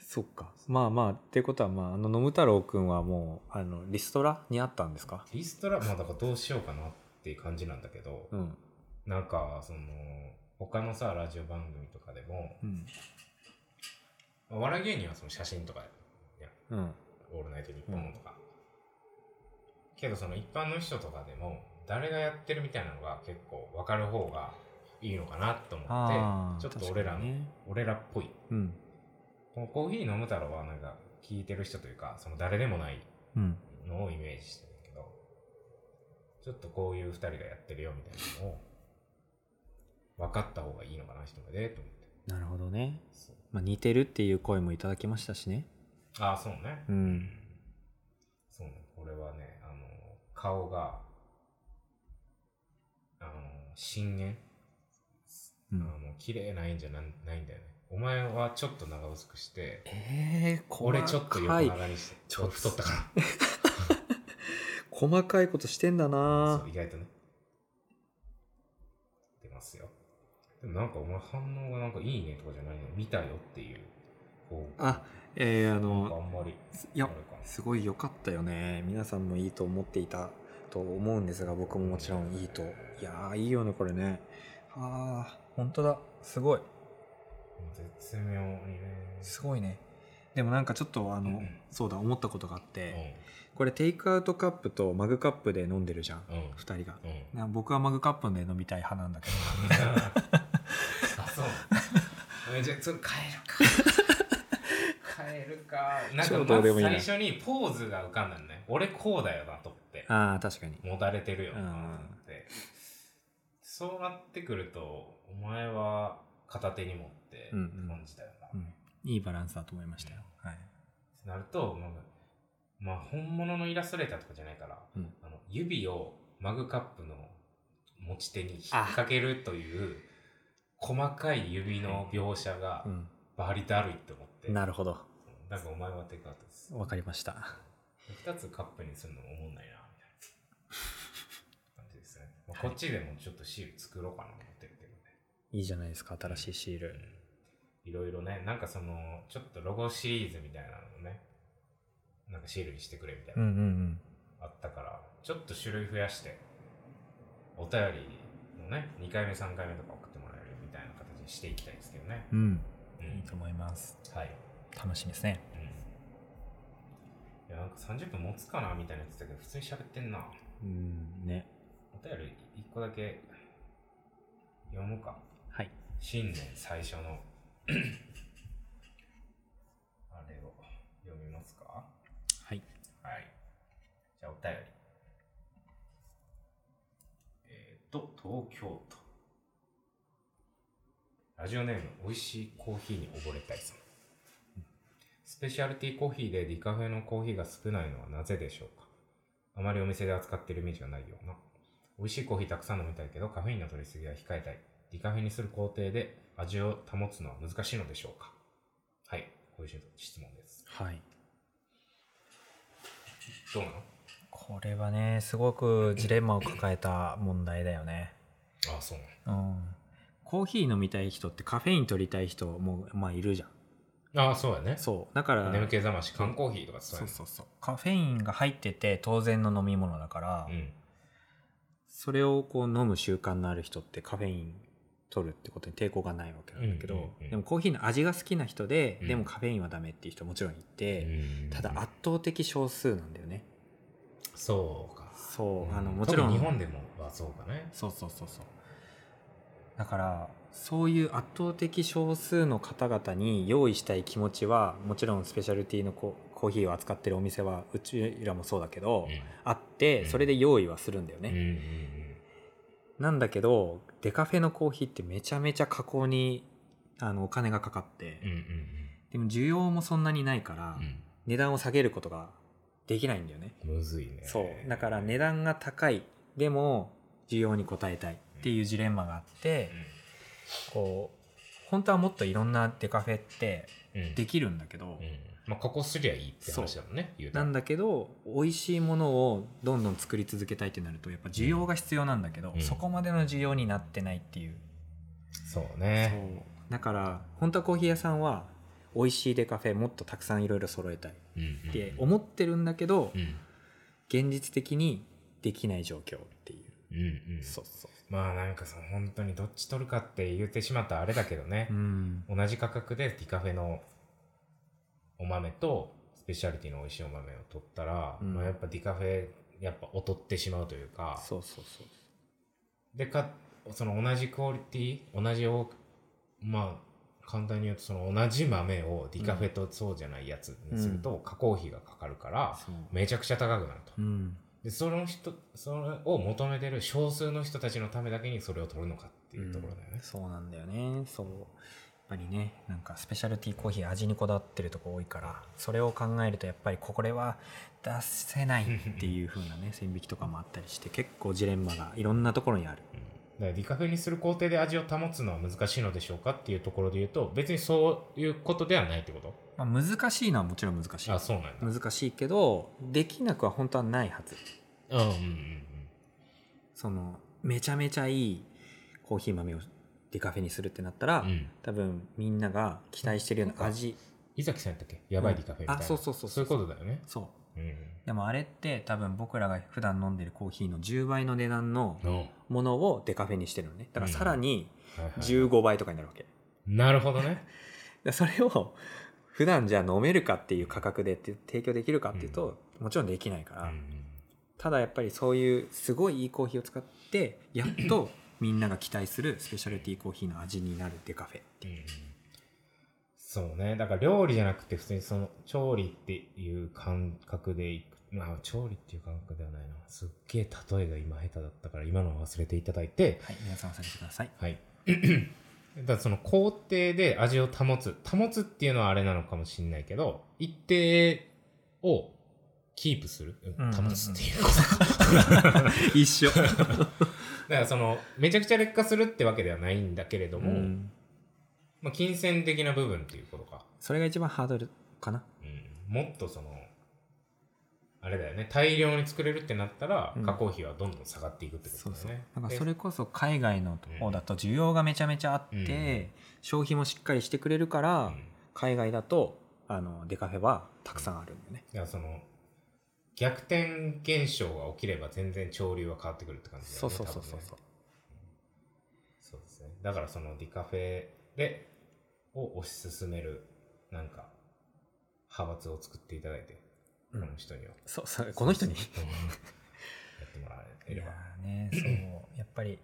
[SPEAKER 2] そっかまあまあってことはまああの野武太郎くんはもうあのリストラにあったんですか
[SPEAKER 1] リストラ、まあだからどうしようかなっていう感じなんだけど、
[SPEAKER 2] うん
[SPEAKER 1] なんか、その、他のさ、ラジオ番組とかでも、
[SPEAKER 2] うん
[SPEAKER 1] まあ、笑い芸人はその写真とかやん
[SPEAKER 2] うん
[SPEAKER 1] オールナイトニッポンとか。けどその一般の人とかでも、誰がやってるみたいなのが結構分かる方がいいのかなと思っ
[SPEAKER 2] あー
[SPEAKER 1] てちょっと俺らの、
[SPEAKER 2] 確かにね
[SPEAKER 1] 俺らっぽい
[SPEAKER 2] うん
[SPEAKER 1] このコーヒー飲む太郎はなんか聞いてる人というかその誰でもない
[SPEAKER 2] うん
[SPEAKER 1] のをイメージしてるけどちょっとこういう2人がやってるよみたいなのを分かった方がいいのかな一目でと思って
[SPEAKER 2] なるほどね、
[SPEAKER 1] そう
[SPEAKER 2] まあ、似てるっていう声もいただきましたしね
[SPEAKER 1] ああそうね
[SPEAKER 2] うん
[SPEAKER 1] そうねこれはねあの顔があの深淵あ
[SPEAKER 2] うん
[SPEAKER 1] の綺麗な円じゃなんないんだよねお前はちょっと長薄くして
[SPEAKER 2] えー、細
[SPEAKER 1] 俺ちょっと横
[SPEAKER 2] かい
[SPEAKER 1] 長にして
[SPEAKER 2] ちょっと
[SPEAKER 1] 太ったから
[SPEAKER 2] 細かいことしてんだな
[SPEAKER 1] そう意外とね出ますよでもなんかお前反応がなんかいいねとかじゃないの見たよっていうこう
[SPEAKER 2] あえー、あ
[SPEAKER 1] なんかあ
[SPEAKER 2] の
[SPEAKER 1] んまり
[SPEAKER 2] いや
[SPEAKER 1] あれかな
[SPEAKER 2] すごい良かったよね皆さんもいいと思っていたと思うんですが僕ももちろんいいといやーいいよねこれねああ本当だすごい
[SPEAKER 1] 絶妙にね
[SPEAKER 2] すごいねでもなんかちょっとあの、
[SPEAKER 1] うん
[SPEAKER 2] そうだ思ったことがあって、これテイクアウトカップとマグカップで飲んでるじゃん
[SPEAKER 1] うんうん
[SPEAKER 2] 2人が
[SPEAKER 1] うん
[SPEAKER 2] な僕はマグカップで飲みたい派なんだけど
[SPEAKER 1] あそうえじゃあそれ変えるか変えるかなん
[SPEAKER 2] ち
[SPEAKER 1] か
[SPEAKER 2] ょうど
[SPEAKER 1] ま
[SPEAKER 2] 俺
[SPEAKER 1] ず
[SPEAKER 2] もいいな
[SPEAKER 1] 最初にポーズが浮かんだのね俺こうだよなと思って
[SPEAKER 2] ああ確かに
[SPEAKER 1] もたれてるよなと思って、そうなってくるとお前は片手に持って
[SPEAKER 2] うんうん
[SPEAKER 1] 感じだよな、
[SPEAKER 2] うんいいバランスだと思いましたよ、はい、
[SPEAKER 1] ってなるとなんかまあ本物のイラストレーターとかじゃないから、
[SPEAKER 2] うん
[SPEAKER 1] あの指をマグカップの持ち手に引っ掛けるという細かい指の描写が
[SPEAKER 2] うん
[SPEAKER 1] バリだるいって思って、
[SPEAKER 2] なるほど
[SPEAKER 1] うんなんかお前はテイクアウトです
[SPEAKER 2] わかりました
[SPEAKER 1] 2つカップにするのも思んないなみたいな感じですね、まあ、こっちでもちょっとシール作ろうかなと思ってるけどね
[SPEAKER 2] いいじゃないですか新しいシール
[SPEAKER 1] いろいろね、なんかその、ちょっとロゴシリーズみたいなのもね、なんかシールにしてくれみたい
[SPEAKER 2] うん
[SPEAKER 1] な、
[SPEAKER 2] うんうん
[SPEAKER 1] あったから、ちょっと種類増やして、お便りのね、2回目、3回目とか送ってもらえるみたいな形にしていきたいですけどね。
[SPEAKER 2] うん
[SPEAKER 1] うん。
[SPEAKER 2] いいと思います
[SPEAKER 1] はい。
[SPEAKER 2] 楽しみですね
[SPEAKER 1] うん。いや、なんか30分持つかなみたいなやつだけど、普通に喋ってんな。
[SPEAKER 2] うんね
[SPEAKER 1] お便り1個だけ読むか。
[SPEAKER 2] はい
[SPEAKER 1] 新年最初の あれを読みますかは
[SPEAKER 2] はい
[SPEAKER 1] いじゃあお便りえっ、と東京都ラジオネーム美味しいコーヒーに溺れたいさんスペシャルティーコーヒーでディカフェのコーヒーが少ないのはなぜでしょうかあまりお店で扱ってるイメージがないような美味しいコーヒーたくさん飲みたいけどカフェインの取りすぎは控えたいディカフェにする工程で味を保つのは難しいのでしょうかはいこういう質問です
[SPEAKER 2] はい
[SPEAKER 1] どうなの
[SPEAKER 2] これはねすごくジレンマを抱えた問題だよね
[SPEAKER 1] ああそう
[SPEAKER 2] うんコーヒー飲みたい人ってカフェイン取りたい人もまあいるじゃん
[SPEAKER 1] なのああそうやね
[SPEAKER 2] そうだから
[SPEAKER 1] 眠気覚まし缶コーヒーとかそうや
[SPEAKER 2] そう
[SPEAKER 1] ね
[SPEAKER 2] そうそうカフェインが入ってて当然の飲み物だから、
[SPEAKER 1] うん
[SPEAKER 2] それをこう飲む習慣のある人ってカフェイン取るってことに抵抗がないわけなんだけど、
[SPEAKER 1] うんうんうん
[SPEAKER 2] でもコーヒーの味が好きな人で、
[SPEAKER 1] うん
[SPEAKER 2] でもカフェインはダメっていう人もちろんいて、
[SPEAKER 1] うん
[SPEAKER 2] ただ圧倒的少数なんだよね
[SPEAKER 1] そうか
[SPEAKER 2] そう、
[SPEAKER 1] うん
[SPEAKER 2] あのもちろ
[SPEAKER 1] 特
[SPEAKER 2] ん
[SPEAKER 1] に日本でもはそうかね
[SPEAKER 2] そうそうそうそうだからそういう圧倒的少数の方々に用意したい気持ちはもちろんスペシャルティーのココーヒーを扱ってるお店はうちらもそうだけど、あってそれで用意はするんだよね、
[SPEAKER 1] うんうんうん
[SPEAKER 2] なんだけどデカフェのコーヒーってめちゃめちゃ加工にあのお金がかかって、
[SPEAKER 1] うんうん
[SPEAKER 2] でも需要もそんなにないから、
[SPEAKER 1] うん
[SPEAKER 2] 値段を下げることができないんだよね、
[SPEAKER 1] うんむずいね
[SPEAKER 2] そうだから値段が高いでも需要に応えたいっていうジレンマがあって、こう本当はもっといろんなデカフェって
[SPEAKER 1] うんうん
[SPEAKER 2] できるんだけど、
[SPEAKER 1] うんまあここすりゃいいって話だもんね言うた
[SPEAKER 2] な
[SPEAKER 1] ら
[SPEAKER 2] んだけど美味しいものをどんどん作り続けたいってなるとやっぱ需要が必要なんだけど、
[SPEAKER 1] うん
[SPEAKER 2] そこまでの需要になってないっていう
[SPEAKER 1] そうね
[SPEAKER 2] そうだから本当はコーヒー屋さんは美味しいデカフェもっとたくさんいろいろ揃えたいっ
[SPEAKER 1] うんうん
[SPEAKER 2] て思ってるんだけど、
[SPEAKER 1] うん
[SPEAKER 2] 現実的にできない状況っていう、
[SPEAKER 1] うんうん
[SPEAKER 2] そうそう
[SPEAKER 1] まあなんかその本当にどっち取るかって言ってしまったらあれだけどね、
[SPEAKER 2] ん
[SPEAKER 1] 同じ価格でディカフェのお豆とスペシャリティの美味しいお豆を取ったら、
[SPEAKER 2] うん
[SPEAKER 1] まあやっぱディカフェやっぱ劣ってしまうというか
[SPEAKER 2] そうそうそう
[SPEAKER 1] でかその同じクオリティ同じをまあ簡単に言うとその同じ豆をディカフェとそうじゃないやつにすると加工費がかかるから
[SPEAKER 2] そう
[SPEAKER 1] めちゃくちゃ高くなると
[SPEAKER 2] うん
[SPEAKER 1] でその人それを求めてる少数の人たちのためだけにそれを取るのかっていうところだよ
[SPEAKER 2] うん
[SPEAKER 1] ね、
[SPEAKER 2] そうなんだよねそうやっぱりねなんかスペシャルティーコーヒー味にこだわってるとこ多いからそれを考えるとやっぱりこれは出せないっていう風なね線引きとかもあったりして結構ジレンマがいろんなところにある
[SPEAKER 1] うんだからディカフェにする工程で味を保つのは難しいのでしょうかっていうところで言うと別にそういうことではないってこと
[SPEAKER 2] まあ、難しいのはもちろん難しい
[SPEAKER 1] あそうなんだ
[SPEAKER 2] 難しいけどできなくは本当はないはず
[SPEAKER 1] うんうんうんうん
[SPEAKER 2] そのめちゃめちゃいいコーヒー豆をデカフェにするってなったら、
[SPEAKER 1] うん
[SPEAKER 2] 多分みんなが期待してるような味
[SPEAKER 1] 伊崎さんやったっけやばいディカフェみたいな、
[SPEAKER 2] あそうそうそう
[SPEAKER 1] そういうことだよね
[SPEAKER 2] そう
[SPEAKER 1] うん
[SPEAKER 2] でもあれって多分僕らが普段飲んでるコーヒーの10倍の値段の
[SPEAKER 1] の、はい
[SPEAKER 2] ものをデカフェにしてるのねだからさらに
[SPEAKER 1] はい
[SPEAKER 2] 15倍とかになるわけ
[SPEAKER 1] なるほどね
[SPEAKER 2] でそれを普段じゃあ飲めるかっていう価格でって提供できるかっていうと、もちろんできないから、
[SPEAKER 1] うん
[SPEAKER 2] ただやっぱりそういうすごいいいコーヒーを使ってやっとみんなが期待するスペシャルティーコーヒーの味になるデカフェって
[SPEAKER 1] う
[SPEAKER 2] いうん
[SPEAKER 1] そうねだから料理じゃなくて普通にその調理っていう感覚でいくまあ調理っていう感覚ではないなすっげえ例えが今下手だったから今のは忘れていただいて
[SPEAKER 2] はい皆さんお探しく ださい
[SPEAKER 1] はい だからその工程で味を保つ保つっていうのはあれなのかもしれないけど一定をキープする
[SPEAKER 2] んうんうん
[SPEAKER 1] 保つっていう こと
[SPEAKER 2] 一緒
[SPEAKER 1] だからそのめちゃくちゃ劣化するってわけではないんだけれど
[SPEAKER 2] う
[SPEAKER 1] も、
[SPEAKER 2] ん
[SPEAKER 1] まあ、金銭的な部分っていうことか、
[SPEAKER 2] それが一番ハードルかな
[SPEAKER 1] うん、もっとそのあれだよね大量に作れるってなったら、
[SPEAKER 2] うん
[SPEAKER 1] 加工費はどんどん下がっていくってこ
[SPEAKER 2] そ
[SPEAKER 1] と
[SPEAKER 2] う
[SPEAKER 1] だよ
[SPEAKER 2] そう
[SPEAKER 1] ね
[SPEAKER 2] なんか
[SPEAKER 1] で
[SPEAKER 2] それこそ海外の方だと需要がめちゃめちゃあって、
[SPEAKER 1] うん
[SPEAKER 2] 消費もしっかりしてくれるから、
[SPEAKER 1] うん
[SPEAKER 2] 海外だとあのデカフェはたくさんあるんだよね、
[SPEAKER 1] だからその逆転現象が起きれば全然潮流は変わってくるって感じだ
[SPEAKER 2] そ
[SPEAKER 1] よ
[SPEAKER 2] う
[SPEAKER 1] ね
[SPEAKER 2] そうそう
[SPEAKER 1] 多
[SPEAKER 2] そ
[SPEAKER 1] 分
[SPEAKER 2] う
[SPEAKER 1] ね
[SPEAKER 2] そ
[SPEAKER 1] そ
[SPEAKER 2] う
[SPEAKER 1] うですね。だからそのディカフェで、を推し進める、なんか、派閥を作っていただいて、
[SPEAKER 2] うん
[SPEAKER 1] この人には。
[SPEAKER 2] そうそうこの 人に
[SPEAKER 1] そうそうそうやってもらえ
[SPEAKER 2] い
[SPEAKER 1] れ
[SPEAKER 2] や
[SPEAKER 1] ば。
[SPEAKER 2] ーねそうやっぱり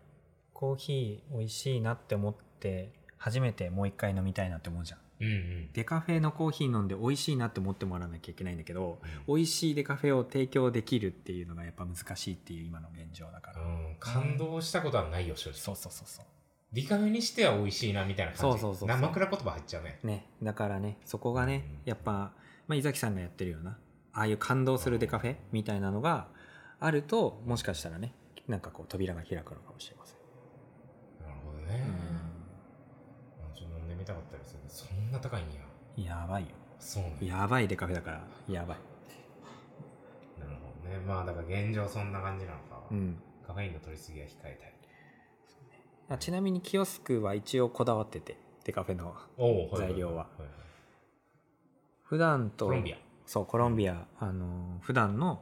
[SPEAKER 2] コーヒー美味しいなって思って初めてもう一回飲みたいなって思うじゃん
[SPEAKER 1] うんうん。
[SPEAKER 2] デカフェのコーヒー飲んで美味しいなって思ってもらわなきゃいけないんだけど
[SPEAKER 1] うん
[SPEAKER 2] 美味しいデカフェを提供できるっていうのがやっぱ難しいっていう今の現状だから、
[SPEAKER 1] うん感動したことはないよ、正
[SPEAKER 2] そ
[SPEAKER 1] 直。
[SPEAKER 2] うそうそうそう
[SPEAKER 1] ディカフェにしては美味しいな、みたいな感じ。
[SPEAKER 2] そうそうそうそう
[SPEAKER 1] な枕言葉入っちゃうね。
[SPEAKER 2] ねだからねそこがね、
[SPEAKER 1] うん
[SPEAKER 2] やっぱ、まあ、伊崎さんがやってるようなああいう感動するデカフェみたいなのがあるともしかしたらねなんかこう扉が開くのかもしれません、
[SPEAKER 1] なるほどね。あちょっと飲んでみたかったでするそんな高いんや。
[SPEAKER 2] うんやばいよ
[SPEAKER 1] そうなんや。
[SPEAKER 2] やばいデカフェだからやばい
[SPEAKER 1] なるほどね。まあ、だから現状そんな感じなのか。
[SPEAKER 2] うん
[SPEAKER 1] カフェインの取りすぎは控えたい。
[SPEAKER 2] あちなみにキオスクは一応こだわっててデカフェの
[SPEAKER 1] おう
[SPEAKER 2] 材料はい
[SPEAKER 1] いいい
[SPEAKER 2] 普段と
[SPEAKER 1] コロンビア
[SPEAKER 2] そうコロンビア、あの普段の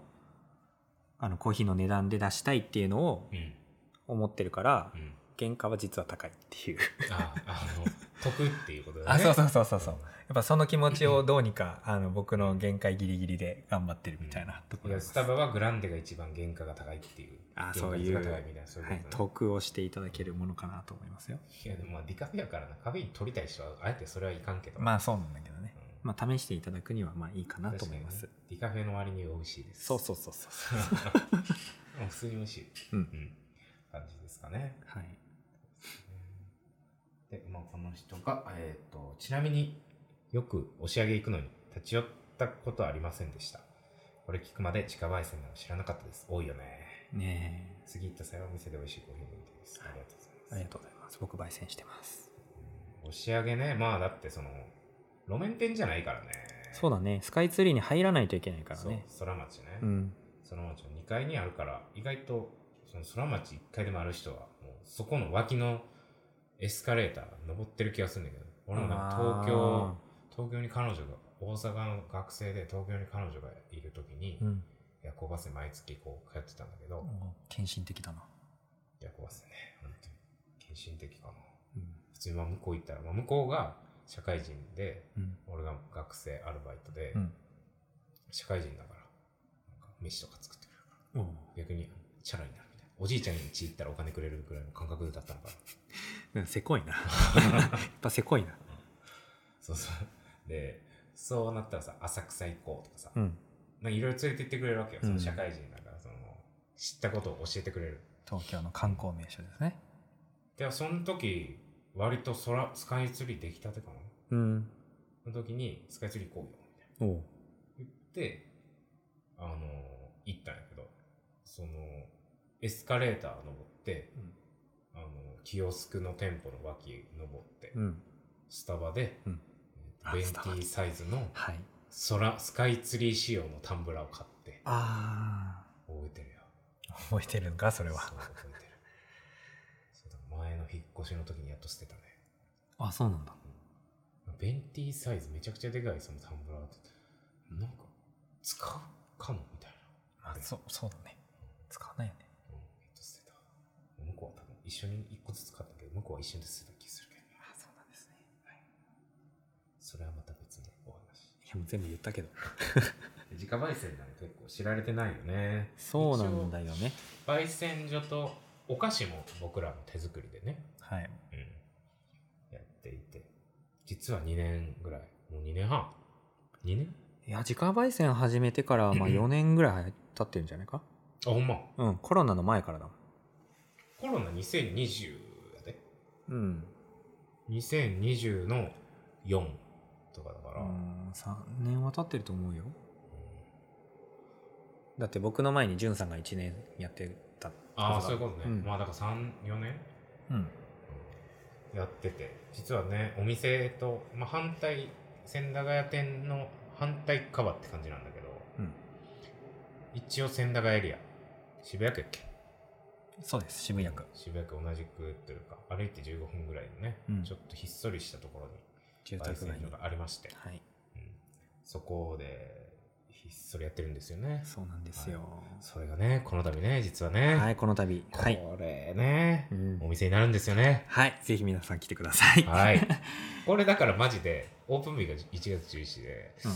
[SPEAKER 2] あのコーヒーの値段で出したいっていうのを
[SPEAKER 1] うん
[SPEAKER 2] 思ってるから
[SPEAKER 1] うん
[SPEAKER 2] 原価は実は高いっていう
[SPEAKER 1] ああの 得っていうことだね
[SPEAKER 2] あそうそうそうそうそうやっぱその気持ちをどうにかあの僕の限界ギリギリで頑張ってるみたいなと
[SPEAKER 1] い
[SPEAKER 2] ころ
[SPEAKER 1] や
[SPEAKER 2] です
[SPEAKER 1] スタバはグランデが一番原価が高いっていう
[SPEAKER 2] あそういう
[SPEAKER 1] 原価率が高いみたいなそういう
[SPEAKER 2] は
[SPEAKER 1] こ
[SPEAKER 2] い、
[SPEAKER 1] とだね
[SPEAKER 2] 得をしていただけるものかなと思いますよ
[SPEAKER 1] いやでもまあディカフェやからなカフェイン取りたい人はあえてそれはいかんけど
[SPEAKER 2] ま
[SPEAKER 1] あ
[SPEAKER 2] あそうなんだけどねまあ試していただくにはまあいいかなと思います、
[SPEAKER 1] ディカフェの割に美味しいです
[SPEAKER 2] そうそうそうそう そう
[SPEAKER 1] 普通に美味しい、
[SPEAKER 2] うん
[SPEAKER 1] うん、感じですかね
[SPEAKER 2] うはい
[SPEAKER 1] で、まあ、この人が、えー、とちなみによく押し上げ行くのに立ち寄ったことはありませんでしたこれ聞くまで自家焙煎なの知らなかったです多いよね
[SPEAKER 2] ね
[SPEAKER 1] 次行った際はお店で美味しいコーヒー飲みたいですありがとうございます
[SPEAKER 2] えありがとうございます僕焙煎してます
[SPEAKER 1] 押し上げねまあだってその路面店じゃないからね
[SPEAKER 2] そうだねスカイツリーに入らないといけないからね
[SPEAKER 1] そう空町ね、
[SPEAKER 2] うん
[SPEAKER 1] 空町の2階にあるから意外とその空町1階でもある人はもうそこの脇のエスカレーター登ってる気がするんだけど俺もなんか東京東京に彼女が大阪の学生で東京に彼女がいる時に、
[SPEAKER 2] あーうん
[SPEAKER 1] 夜行バスで毎月こう通ってたんだけど、
[SPEAKER 2] お献身的だな、
[SPEAKER 1] 夜行バスでね本当に献身的かな
[SPEAKER 2] うん
[SPEAKER 1] 普通にまあ向こう行ったら、まあ、向こうが社会人で
[SPEAKER 2] うん
[SPEAKER 1] 俺が学生アルバイトで、
[SPEAKER 2] うん
[SPEAKER 1] 社会人だからなんか飯とか作ってくれるから
[SPEAKER 2] おう
[SPEAKER 1] 逆にチャラになるみたいなおじいちゃん家行ったらお金くれるぐらいの感覚だったのかな
[SPEAKER 2] うんせこい なやっぱせこいな
[SPEAKER 1] そうそうでそうなったらさ浅草行こうとかさ、
[SPEAKER 2] うん
[SPEAKER 1] なんかいろいろ連れて行ってくれるわけよ、その
[SPEAKER 2] うん
[SPEAKER 1] 社会人だからその知ったことを教えてくれる
[SPEAKER 2] 東京の観光名所ですね
[SPEAKER 1] でその時割と空スカイツリーできたてかな
[SPEAKER 2] うん
[SPEAKER 1] その時にスカイツリー行こうよみたいな
[SPEAKER 2] おう
[SPEAKER 1] 言ってあの行ったんやけどそのエスカレーター登って、
[SPEAKER 2] うん
[SPEAKER 1] あのキオスクの店舗の脇登って、
[SPEAKER 2] うん
[SPEAKER 1] スタバで、
[SPEAKER 2] うん
[SPEAKER 1] えー
[SPEAKER 2] あ
[SPEAKER 1] ベン
[SPEAKER 2] ス
[SPEAKER 1] テ
[SPEAKER 2] タバ
[SPEAKER 1] ィサイズの
[SPEAKER 2] はい
[SPEAKER 1] 空スカイツリー仕様のタンブラーを買って
[SPEAKER 2] あ
[SPEAKER 1] 覚えてるよ
[SPEAKER 2] あ覚えてるのかそれは
[SPEAKER 1] そう覚えてるそうだ前の引っ越しの時にやっと捨てたね
[SPEAKER 2] あそうなんだ
[SPEAKER 1] ベンティサイズめちゃくちゃでかいそのタンブラーってなんか使うかもみたいな
[SPEAKER 2] まあそうそうだね使わないよね
[SPEAKER 1] うん、えっと捨てた。向こうは多分一緒に一個ずつ買ったけど、向こうは一緒に捨てた気するけど、
[SPEAKER 2] あそうなんですね
[SPEAKER 1] それはまた別のお話。
[SPEAKER 2] いやもう全部言ったけど
[SPEAKER 1] 自家焙煎なんて結構知られてないよね。
[SPEAKER 2] そうなんだよね
[SPEAKER 1] 焙煎所とお菓子も僕らの手作りでね、
[SPEAKER 2] はい
[SPEAKER 1] うん、やっていて、実は2年ぐらい、もう2年半 ?2 年
[SPEAKER 2] いや自家焙煎始めてからまあ4年ぐらい経ってるんじゃないか
[SPEAKER 1] あ、ほんま。
[SPEAKER 2] うんコロナの前からだも
[SPEAKER 1] コロナ2020やで。
[SPEAKER 2] んうん
[SPEAKER 1] 2020の4とかだから、
[SPEAKER 2] うん3年は経ってると思うよ
[SPEAKER 1] うん
[SPEAKER 2] だって僕の前にんさんが1年やってた
[SPEAKER 1] ああ、そういうことね。
[SPEAKER 2] うん
[SPEAKER 1] まあだから3、4年
[SPEAKER 2] うん
[SPEAKER 1] やってて実はねお店と、まあ、反対千駄ヶ谷店の反対側って感じなんだけど
[SPEAKER 2] うん
[SPEAKER 1] 一応千駄ヶ谷エリア渋谷区やっけ
[SPEAKER 2] そうです渋谷区
[SPEAKER 1] 渋谷区同じくというか歩いて15分ぐらいのね、
[SPEAKER 2] うん
[SPEAKER 1] ちょっとひっそりしたところ
[SPEAKER 2] 住
[SPEAKER 1] に
[SPEAKER 2] 宅
[SPEAKER 1] 焙
[SPEAKER 2] 街
[SPEAKER 1] 煎
[SPEAKER 2] に
[SPEAKER 1] 所がありまして、
[SPEAKER 2] はい
[SPEAKER 1] うんそこでひっそりやってるんですよね
[SPEAKER 2] そうなんですよ
[SPEAKER 1] それがねこの度ね実はね、
[SPEAKER 2] はいこの度はい
[SPEAKER 1] これね
[SPEAKER 2] う、ん
[SPEAKER 1] お店になるんですよね
[SPEAKER 2] はいぜひ皆さん来てください
[SPEAKER 1] はい。これだからマジで、オープン日が1月11日で、
[SPEAKER 2] うん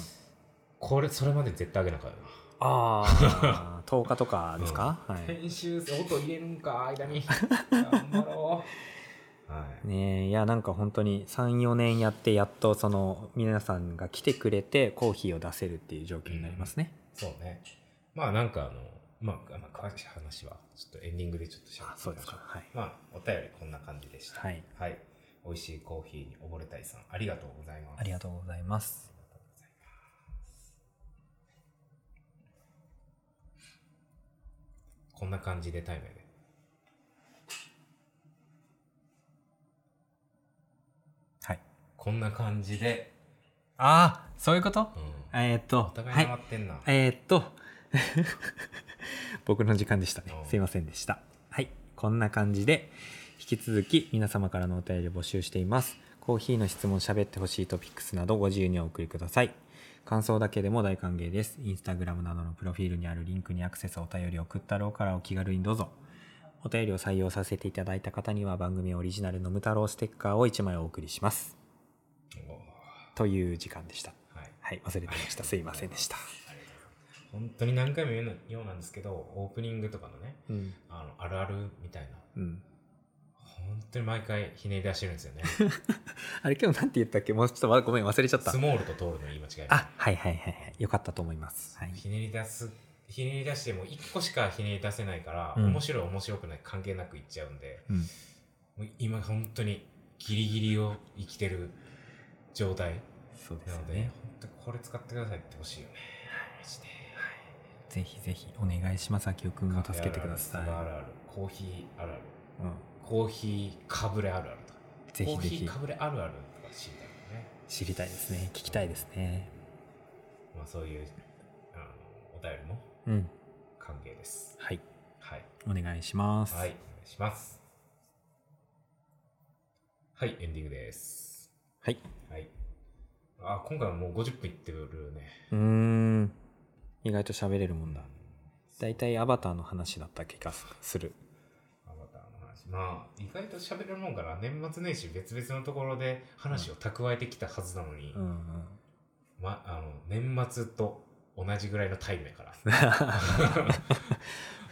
[SPEAKER 1] これ、それまで絶対あげなあかっ
[SPEAKER 2] ああ10日とかですかはい
[SPEAKER 1] 編集、音入れるんか、間に。頑張ろう。はい。
[SPEAKER 2] ねえいやなんか本当に34年やってやっとその皆さんが来てくれてコーヒーを出せるっていう状況になりますね
[SPEAKER 1] そうね。まあなんかあの、まあ、まあ、詳しい話は、ちょっとエンディングでちょっとしゃ
[SPEAKER 2] あそうですかはい
[SPEAKER 1] まあ、お便りこんな感じでした。
[SPEAKER 2] はい
[SPEAKER 1] はい。美味しいコーヒーに溺れたいさん、ありがとうございます。
[SPEAKER 2] ありが
[SPEAKER 1] と
[SPEAKER 2] とうございます
[SPEAKER 1] うございます。こんな感じでタイムやで。
[SPEAKER 2] はい
[SPEAKER 1] こんな感じで、
[SPEAKER 2] ああそういうこと
[SPEAKER 1] うん、
[SPEAKER 2] えーっと
[SPEAKER 1] お互
[SPEAKER 2] はいい
[SPEAKER 1] 回ってんな、
[SPEAKER 2] えーっと 僕の時間でしたね
[SPEAKER 1] おう
[SPEAKER 2] すいませんでしたはいこんな感じで引き続き皆様からのお便りを募集していますコーヒーの質問喋ってほしいトピックスなどご自由にお送りください感想だけでも大歓迎ですインスタグラムなどのプロフィールにあるリンクにアクセスお便りを送ったろうからお気軽にどうぞお便りを採用させていただいた方には番組オリジナルのむ太郎ステッカーを1枚お送りします
[SPEAKER 1] おー
[SPEAKER 2] という時間でした
[SPEAKER 1] はい、
[SPEAKER 2] はい忘れてましたすいませんでした
[SPEAKER 1] ありがとうございます本当に何回も言うのようなんですけどオープニングとかのね
[SPEAKER 2] うん
[SPEAKER 1] あのあるあるみたいな
[SPEAKER 2] うん
[SPEAKER 1] 本当に毎回ひねり出してるんです よね
[SPEAKER 2] あれ今日なんて言ったっけもうちょっとわごめん忘れちゃった
[SPEAKER 1] ス。モールとトールの言い間違い
[SPEAKER 2] あ、はいはいはいはい。よかったと思います。はい。
[SPEAKER 1] ひねり出すひねり出しても1個しかひねり出せないから、
[SPEAKER 2] うん
[SPEAKER 1] 面白い面白くない関係なくいっちゃうんで
[SPEAKER 2] うん。
[SPEAKER 1] もう今本当にギリギリを生きてる状態
[SPEAKER 2] そうです
[SPEAKER 1] な
[SPEAKER 2] よ
[SPEAKER 1] ので、
[SPEAKER 2] ね。
[SPEAKER 1] 本当これ使ってくださいってほしいよねマジで
[SPEAKER 2] ぜひぜひお願いします。秋尾くんも助けてくださ
[SPEAKER 1] カ
[SPEAKER 2] い。
[SPEAKER 1] フェあるあるコーヒーあるある
[SPEAKER 2] うん。
[SPEAKER 1] コーヒーかぶれあるあるとか
[SPEAKER 2] ぜひぜ
[SPEAKER 1] コーヒー
[SPEAKER 2] ひ
[SPEAKER 1] かぶれあるあるとか知りたいよね
[SPEAKER 2] 知りたいですね。聞きたいですね。
[SPEAKER 1] まあそういうあのお便りも
[SPEAKER 2] うん。
[SPEAKER 1] 歓迎です
[SPEAKER 2] はい。
[SPEAKER 1] はい
[SPEAKER 2] お願いします。
[SPEAKER 1] はいお願いしますはいエンディングです
[SPEAKER 2] はい。
[SPEAKER 1] はいあ今回はもう50分いってるね
[SPEAKER 2] うーん。意外と喋れるもんだ。
[SPEAKER 1] ア
[SPEAKER 2] だいたいアバターの話だった気がする。
[SPEAKER 1] バターの話まあ意外と喋れるもんから年末年始別々のところで話を蓄えてきたはずなのに、
[SPEAKER 2] うんうん。
[SPEAKER 1] ま、あの 年末と同じぐらいのタイムやから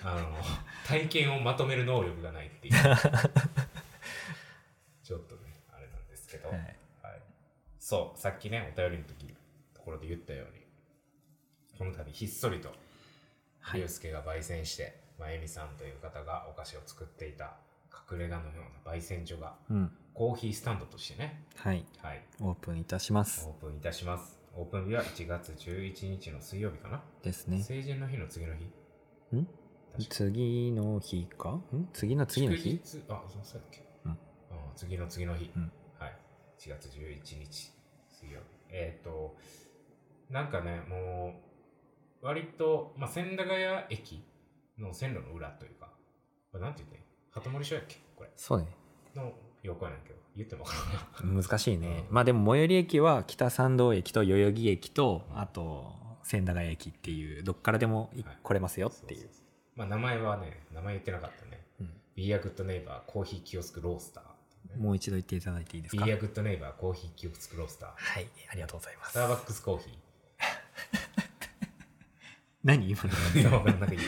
[SPEAKER 1] あの体験をまとめる能力がない っていうちょっとねあれなんですけど、
[SPEAKER 2] は
[SPEAKER 1] はい
[SPEAKER 2] い、
[SPEAKER 1] そうさっきねお便りの時ところで言ったようにこの度ひっそりと
[SPEAKER 2] はい
[SPEAKER 1] 竜介が焙煎して、まあ、エミさんという方がお菓子を作っていた隠れ家のような焙煎所が
[SPEAKER 2] うん
[SPEAKER 1] コーヒースタンドとしてね、
[SPEAKER 2] はい
[SPEAKER 1] はい、
[SPEAKER 2] オープンいたします
[SPEAKER 1] オープンいたしますオープン日は1月11日の水曜日かな、
[SPEAKER 2] ですね
[SPEAKER 1] 成人の日の次の日
[SPEAKER 2] ん
[SPEAKER 1] 確か
[SPEAKER 2] 次の日かん次の次の
[SPEAKER 1] 祝
[SPEAKER 2] 日
[SPEAKER 1] 日あそうそうだっけ、
[SPEAKER 2] うん
[SPEAKER 1] 次の次の日、
[SPEAKER 2] うん
[SPEAKER 1] はい1月11日水曜日えっ、となんかねもう割と、まあ、千駄ヶ谷駅の線路の裏というかこれなんて言ってん鳩森署やっけこれ
[SPEAKER 2] そうね
[SPEAKER 1] の横やねんけど言っても分からんな
[SPEAKER 2] 難しいね、
[SPEAKER 1] うん
[SPEAKER 2] まあでも最寄り駅は北参道駅と代々木駅とあと千駄ヶ谷駅っていうどっからでもい
[SPEAKER 1] はい
[SPEAKER 2] 来れますよっていう
[SPEAKER 1] そそそまあ名前はね名前言ってなかったね「Be a Good Neighbor コーヒーキオスクロースター」
[SPEAKER 2] うんもう一度言っていただいていいです
[SPEAKER 1] ビ
[SPEAKER 2] か
[SPEAKER 1] ーアグッドネイバーコーヒーキオスクロースター。
[SPEAKER 2] はいありがとうございま
[SPEAKER 1] ス
[SPEAKER 2] す
[SPEAKER 1] ターバックスコーヒ
[SPEAKER 2] 何今の
[SPEAKER 1] ー。い や、わ かんなかったけど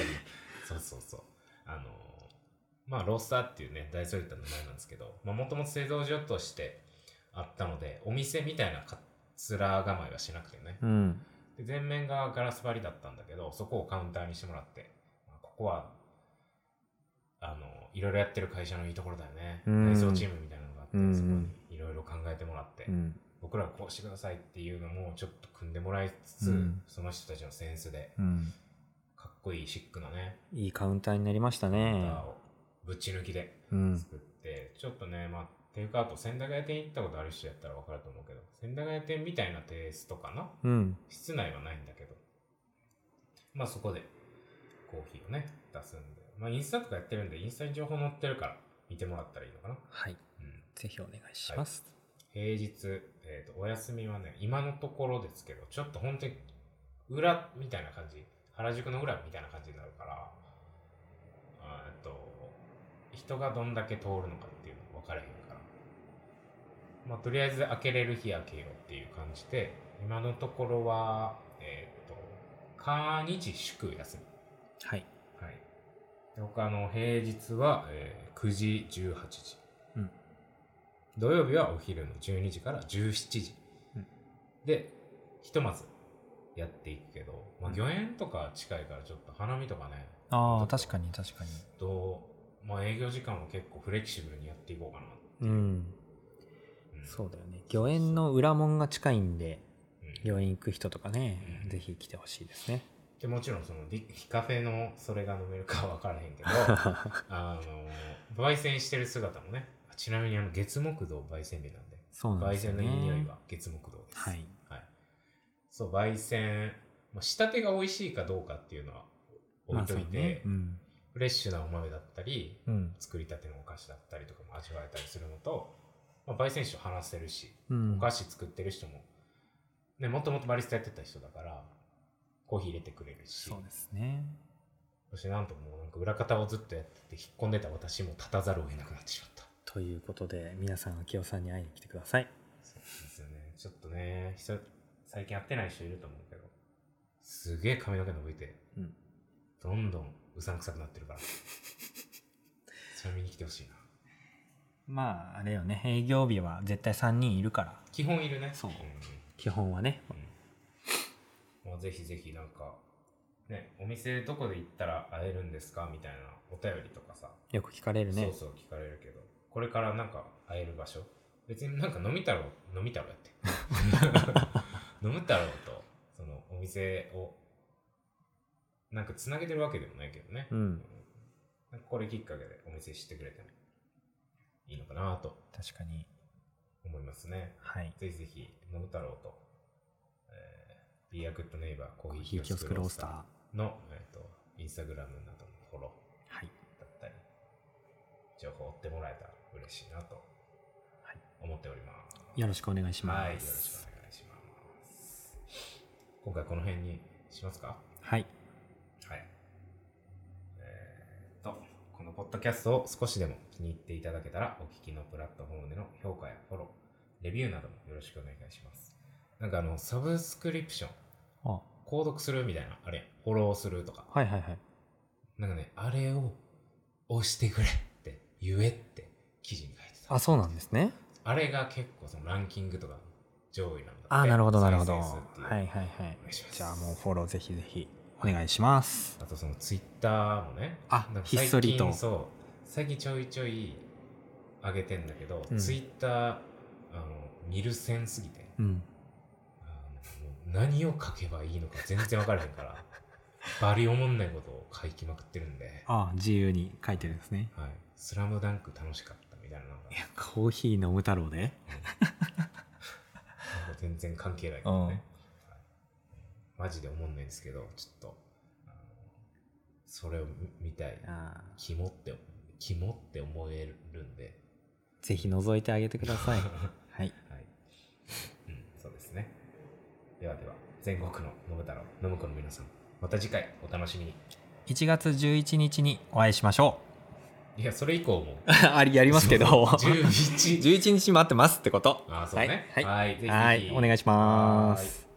[SPEAKER 1] そうそうそう。あのーまあ、ロースターっていうね、大それた名前なんですけど、まあ、もともと製造所としてあったので、お店みたいなかつら構えはしなくてね。
[SPEAKER 2] うん
[SPEAKER 1] で前面がガラス張りだったんだけど、そこをカウンターにしてもらって、まあここは、あの、いろいろやってる会社のいいところだよね。
[SPEAKER 2] うん
[SPEAKER 1] 内装チームみたいなのがあって、
[SPEAKER 2] うん
[SPEAKER 1] そこにいろいろ考えてもらって
[SPEAKER 2] う、ん
[SPEAKER 1] 僕らがこうしてくださいっていうのもちょっと組んでもらいつつ、
[SPEAKER 2] うん
[SPEAKER 1] その人たちのセンスで
[SPEAKER 2] うん
[SPEAKER 1] かっこいいシックなね、
[SPEAKER 2] いいカウンターになりました
[SPEAKER 1] ギ
[SPEAKER 2] ね
[SPEAKER 1] ターをぶち抜きで
[SPEAKER 2] うん
[SPEAKER 1] 作って、ちょっとねまあテイクアウト千駄ヶ谷店行ったことある人やったら分かると思うけど千駄ヶ谷店みたいなテイストかな
[SPEAKER 2] うん
[SPEAKER 1] 室内はないんだけどまあそこでコーヒーをね出すんでまあインスタとかやってるんでインスタに情報載ってるから見てもらったらいいのかな
[SPEAKER 2] はい
[SPEAKER 1] うん
[SPEAKER 2] ぜひお願いします、
[SPEAKER 1] 平日、えーとお休みはね今のところですけどちょっと本当に裏みたいな感じ原宿の裏みたいな感じになるからあーえっと人がどんだけ通るのかっていうの分からへんからまあとりあえず開けれる日開けようっていう感じで今のところはえっ、と火日祝休み
[SPEAKER 2] はい
[SPEAKER 1] はい。他の平日は、えー9時、18時。
[SPEAKER 2] うん
[SPEAKER 1] 土曜日はお昼の12時から17時。
[SPEAKER 2] うん
[SPEAKER 1] で、ひとまずやっていくけど、まあ、
[SPEAKER 2] うん
[SPEAKER 1] 漁園とか近いからちょっと花見とかね、
[SPEAKER 2] ああ確かに確かに
[SPEAKER 1] と、まあ、営業時間を結構フレキシブルにやっていこうかな。
[SPEAKER 2] うん
[SPEAKER 1] うん
[SPEAKER 2] そうだよね御苑の裏門が近いんで
[SPEAKER 1] うん
[SPEAKER 2] 御苑行く人とかね、
[SPEAKER 1] うん
[SPEAKER 2] ぜひ来てほしいです ね
[SPEAKER 1] でもちろんそのリヒカフェのそれが飲めるかは分からへんけどあの焙煎してる姿もねちなみにあの月木堂焙煎日なんで
[SPEAKER 2] そうなん
[SPEAKER 1] 焙
[SPEAKER 2] ですよ
[SPEAKER 1] 煎の
[SPEAKER 2] ね
[SPEAKER 1] いい匂いは月木堂です。
[SPEAKER 2] はい。
[SPEAKER 1] そう、焙煎、まあ、仕立てが美味しいかどうかっていうのは置いとい
[SPEAKER 2] まあそう
[SPEAKER 1] て、
[SPEAKER 2] ねうん
[SPEAKER 1] フレッシュなお豆だったり、
[SPEAKER 2] うん
[SPEAKER 1] 作りたてのお菓子だったりとかも味わえたりするのと、まあ、焙煎師と話せるし、
[SPEAKER 2] うん
[SPEAKER 1] お菓子作ってる人も、ね、もともとバリスタやってた人だから、コーヒー入れてくれるし
[SPEAKER 2] そ、うですね
[SPEAKER 1] そしてなんともうなんか裏方をずっとやってて、引っ込んでた私も立たざるを得なくなってしまった。
[SPEAKER 2] ということで皆さん明夫さんに会いに来てください
[SPEAKER 1] そうですよね。ちょっとね、久最近会ってない人いると思うけど、すげえ髪の毛伸びて、
[SPEAKER 2] うん
[SPEAKER 1] どんどんうさんくさくなってるから。それ見に来てほしいな。
[SPEAKER 2] まああれよね営業日は絶対3人いるから
[SPEAKER 1] 基本いるね。
[SPEAKER 2] そうん基本はね
[SPEAKER 1] うんもうぜひぜひなんか、ね、お店どこで行ったら会えるんですかみたいなお便りとかさ、
[SPEAKER 2] よく聞かれるね
[SPEAKER 1] そうそう聞かれるけど、これからなんか会える場所別になんか飲み太郎、飲み太郎やって。 飲む太郎と、そのお店を、なんかつなげてるわけでもないけどね。
[SPEAKER 2] うん
[SPEAKER 1] なんかこれきっかけでお店知ってくれてもいいのかなと
[SPEAKER 2] 確かに
[SPEAKER 1] 思いますね。
[SPEAKER 2] はい
[SPEAKER 1] ぜひぜひ、飲む太郎と、えー、Be a Good Neighbor コ
[SPEAKER 2] コ
[SPEAKER 1] ー
[SPEAKER 2] ー
[SPEAKER 1] ヒ
[SPEAKER 2] ヒ
[SPEAKER 1] ー
[SPEAKER 2] ー
[SPEAKER 1] キ
[SPEAKER 2] キ
[SPEAKER 1] ョ
[SPEAKER 2] ョ
[SPEAKER 1] ス
[SPEAKER 2] ス
[SPEAKER 1] ク
[SPEAKER 2] ク
[SPEAKER 1] ロ
[SPEAKER 2] ロ
[SPEAKER 1] ー
[SPEAKER 2] ー
[SPEAKER 1] ス
[SPEAKER 2] ス
[SPEAKER 1] タ
[SPEAKER 2] ター
[SPEAKER 1] ーの、えー、とインスタグラムなどのフォロー。
[SPEAKER 2] はい
[SPEAKER 1] だったり、情報を追ってもらえたら嬉しいなと
[SPEAKER 2] はい
[SPEAKER 1] 思っております。
[SPEAKER 2] よろしくお願いします
[SPEAKER 1] はい、よろしくお願いします。今回この辺にしますか
[SPEAKER 2] はい
[SPEAKER 1] はい。えー、っと、このポッドキャストを少しでも気に入っていただけたら、お聞きのプラットフォームでの評価やフォロー、レビューなどもよろしくお願いします。なんかあの、サブスクリプション、
[SPEAKER 2] あは
[SPEAKER 1] 購読するみたいな、あれ、フォローするとか、
[SPEAKER 2] いはいはい
[SPEAKER 1] なんかね、あれを押してくれって言えって記事に書いてた
[SPEAKER 2] あそうなんですね
[SPEAKER 1] あれが結構そのランキングとか上位なんだって
[SPEAKER 2] あなるほどなるほど
[SPEAKER 1] 再
[SPEAKER 2] は
[SPEAKER 1] 生数っていう
[SPEAKER 2] いはいはい
[SPEAKER 1] お願いします
[SPEAKER 2] じゃあもうフォローぜひぜひお願いします
[SPEAKER 1] あとそのツイッターもね
[SPEAKER 2] あ
[SPEAKER 1] なんか
[SPEAKER 2] ひっそりと
[SPEAKER 1] 最近そう最近ちょいちょい上げてんだけど、
[SPEAKER 2] うん
[SPEAKER 1] ツイッターあの見る線すぎて
[SPEAKER 2] うん
[SPEAKER 1] あのもう何を書けばいいのか全然分からへんから バリおもんないことを書きまくってるんで「
[SPEAKER 2] あ自由に書いてるんですね
[SPEAKER 1] はい、スラムダンク楽しかったみたいなのが
[SPEAKER 2] いやコーヒー飲む太郎で
[SPEAKER 1] なんか全然関係ないけどね、はいマジで思んないんですけどちょっとあのそれを見たい
[SPEAKER 2] ああ
[SPEAKER 1] 肝って肝って思えるんで
[SPEAKER 2] ぜひ覗いてあげてくだ さいはい
[SPEAKER 1] はい。うん、そうですね。ではでは、全国の信太郎、信子の皆さん、また次回お楽しみに。
[SPEAKER 2] 1月11日にお会いしましょ
[SPEAKER 1] いや、それ以降も。
[SPEAKER 2] う ありやりますけど
[SPEAKER 1] そう11。
[SPEAKER 2] 11日待ってますってこと
[SPEAKER 1] あ、そうね。
[SPEAKER 2] はいは
[SPEAKER 1] はい、ぜひぜひ
[SPEAKER 2] はいお願いします
[SPEAKER 1] はーい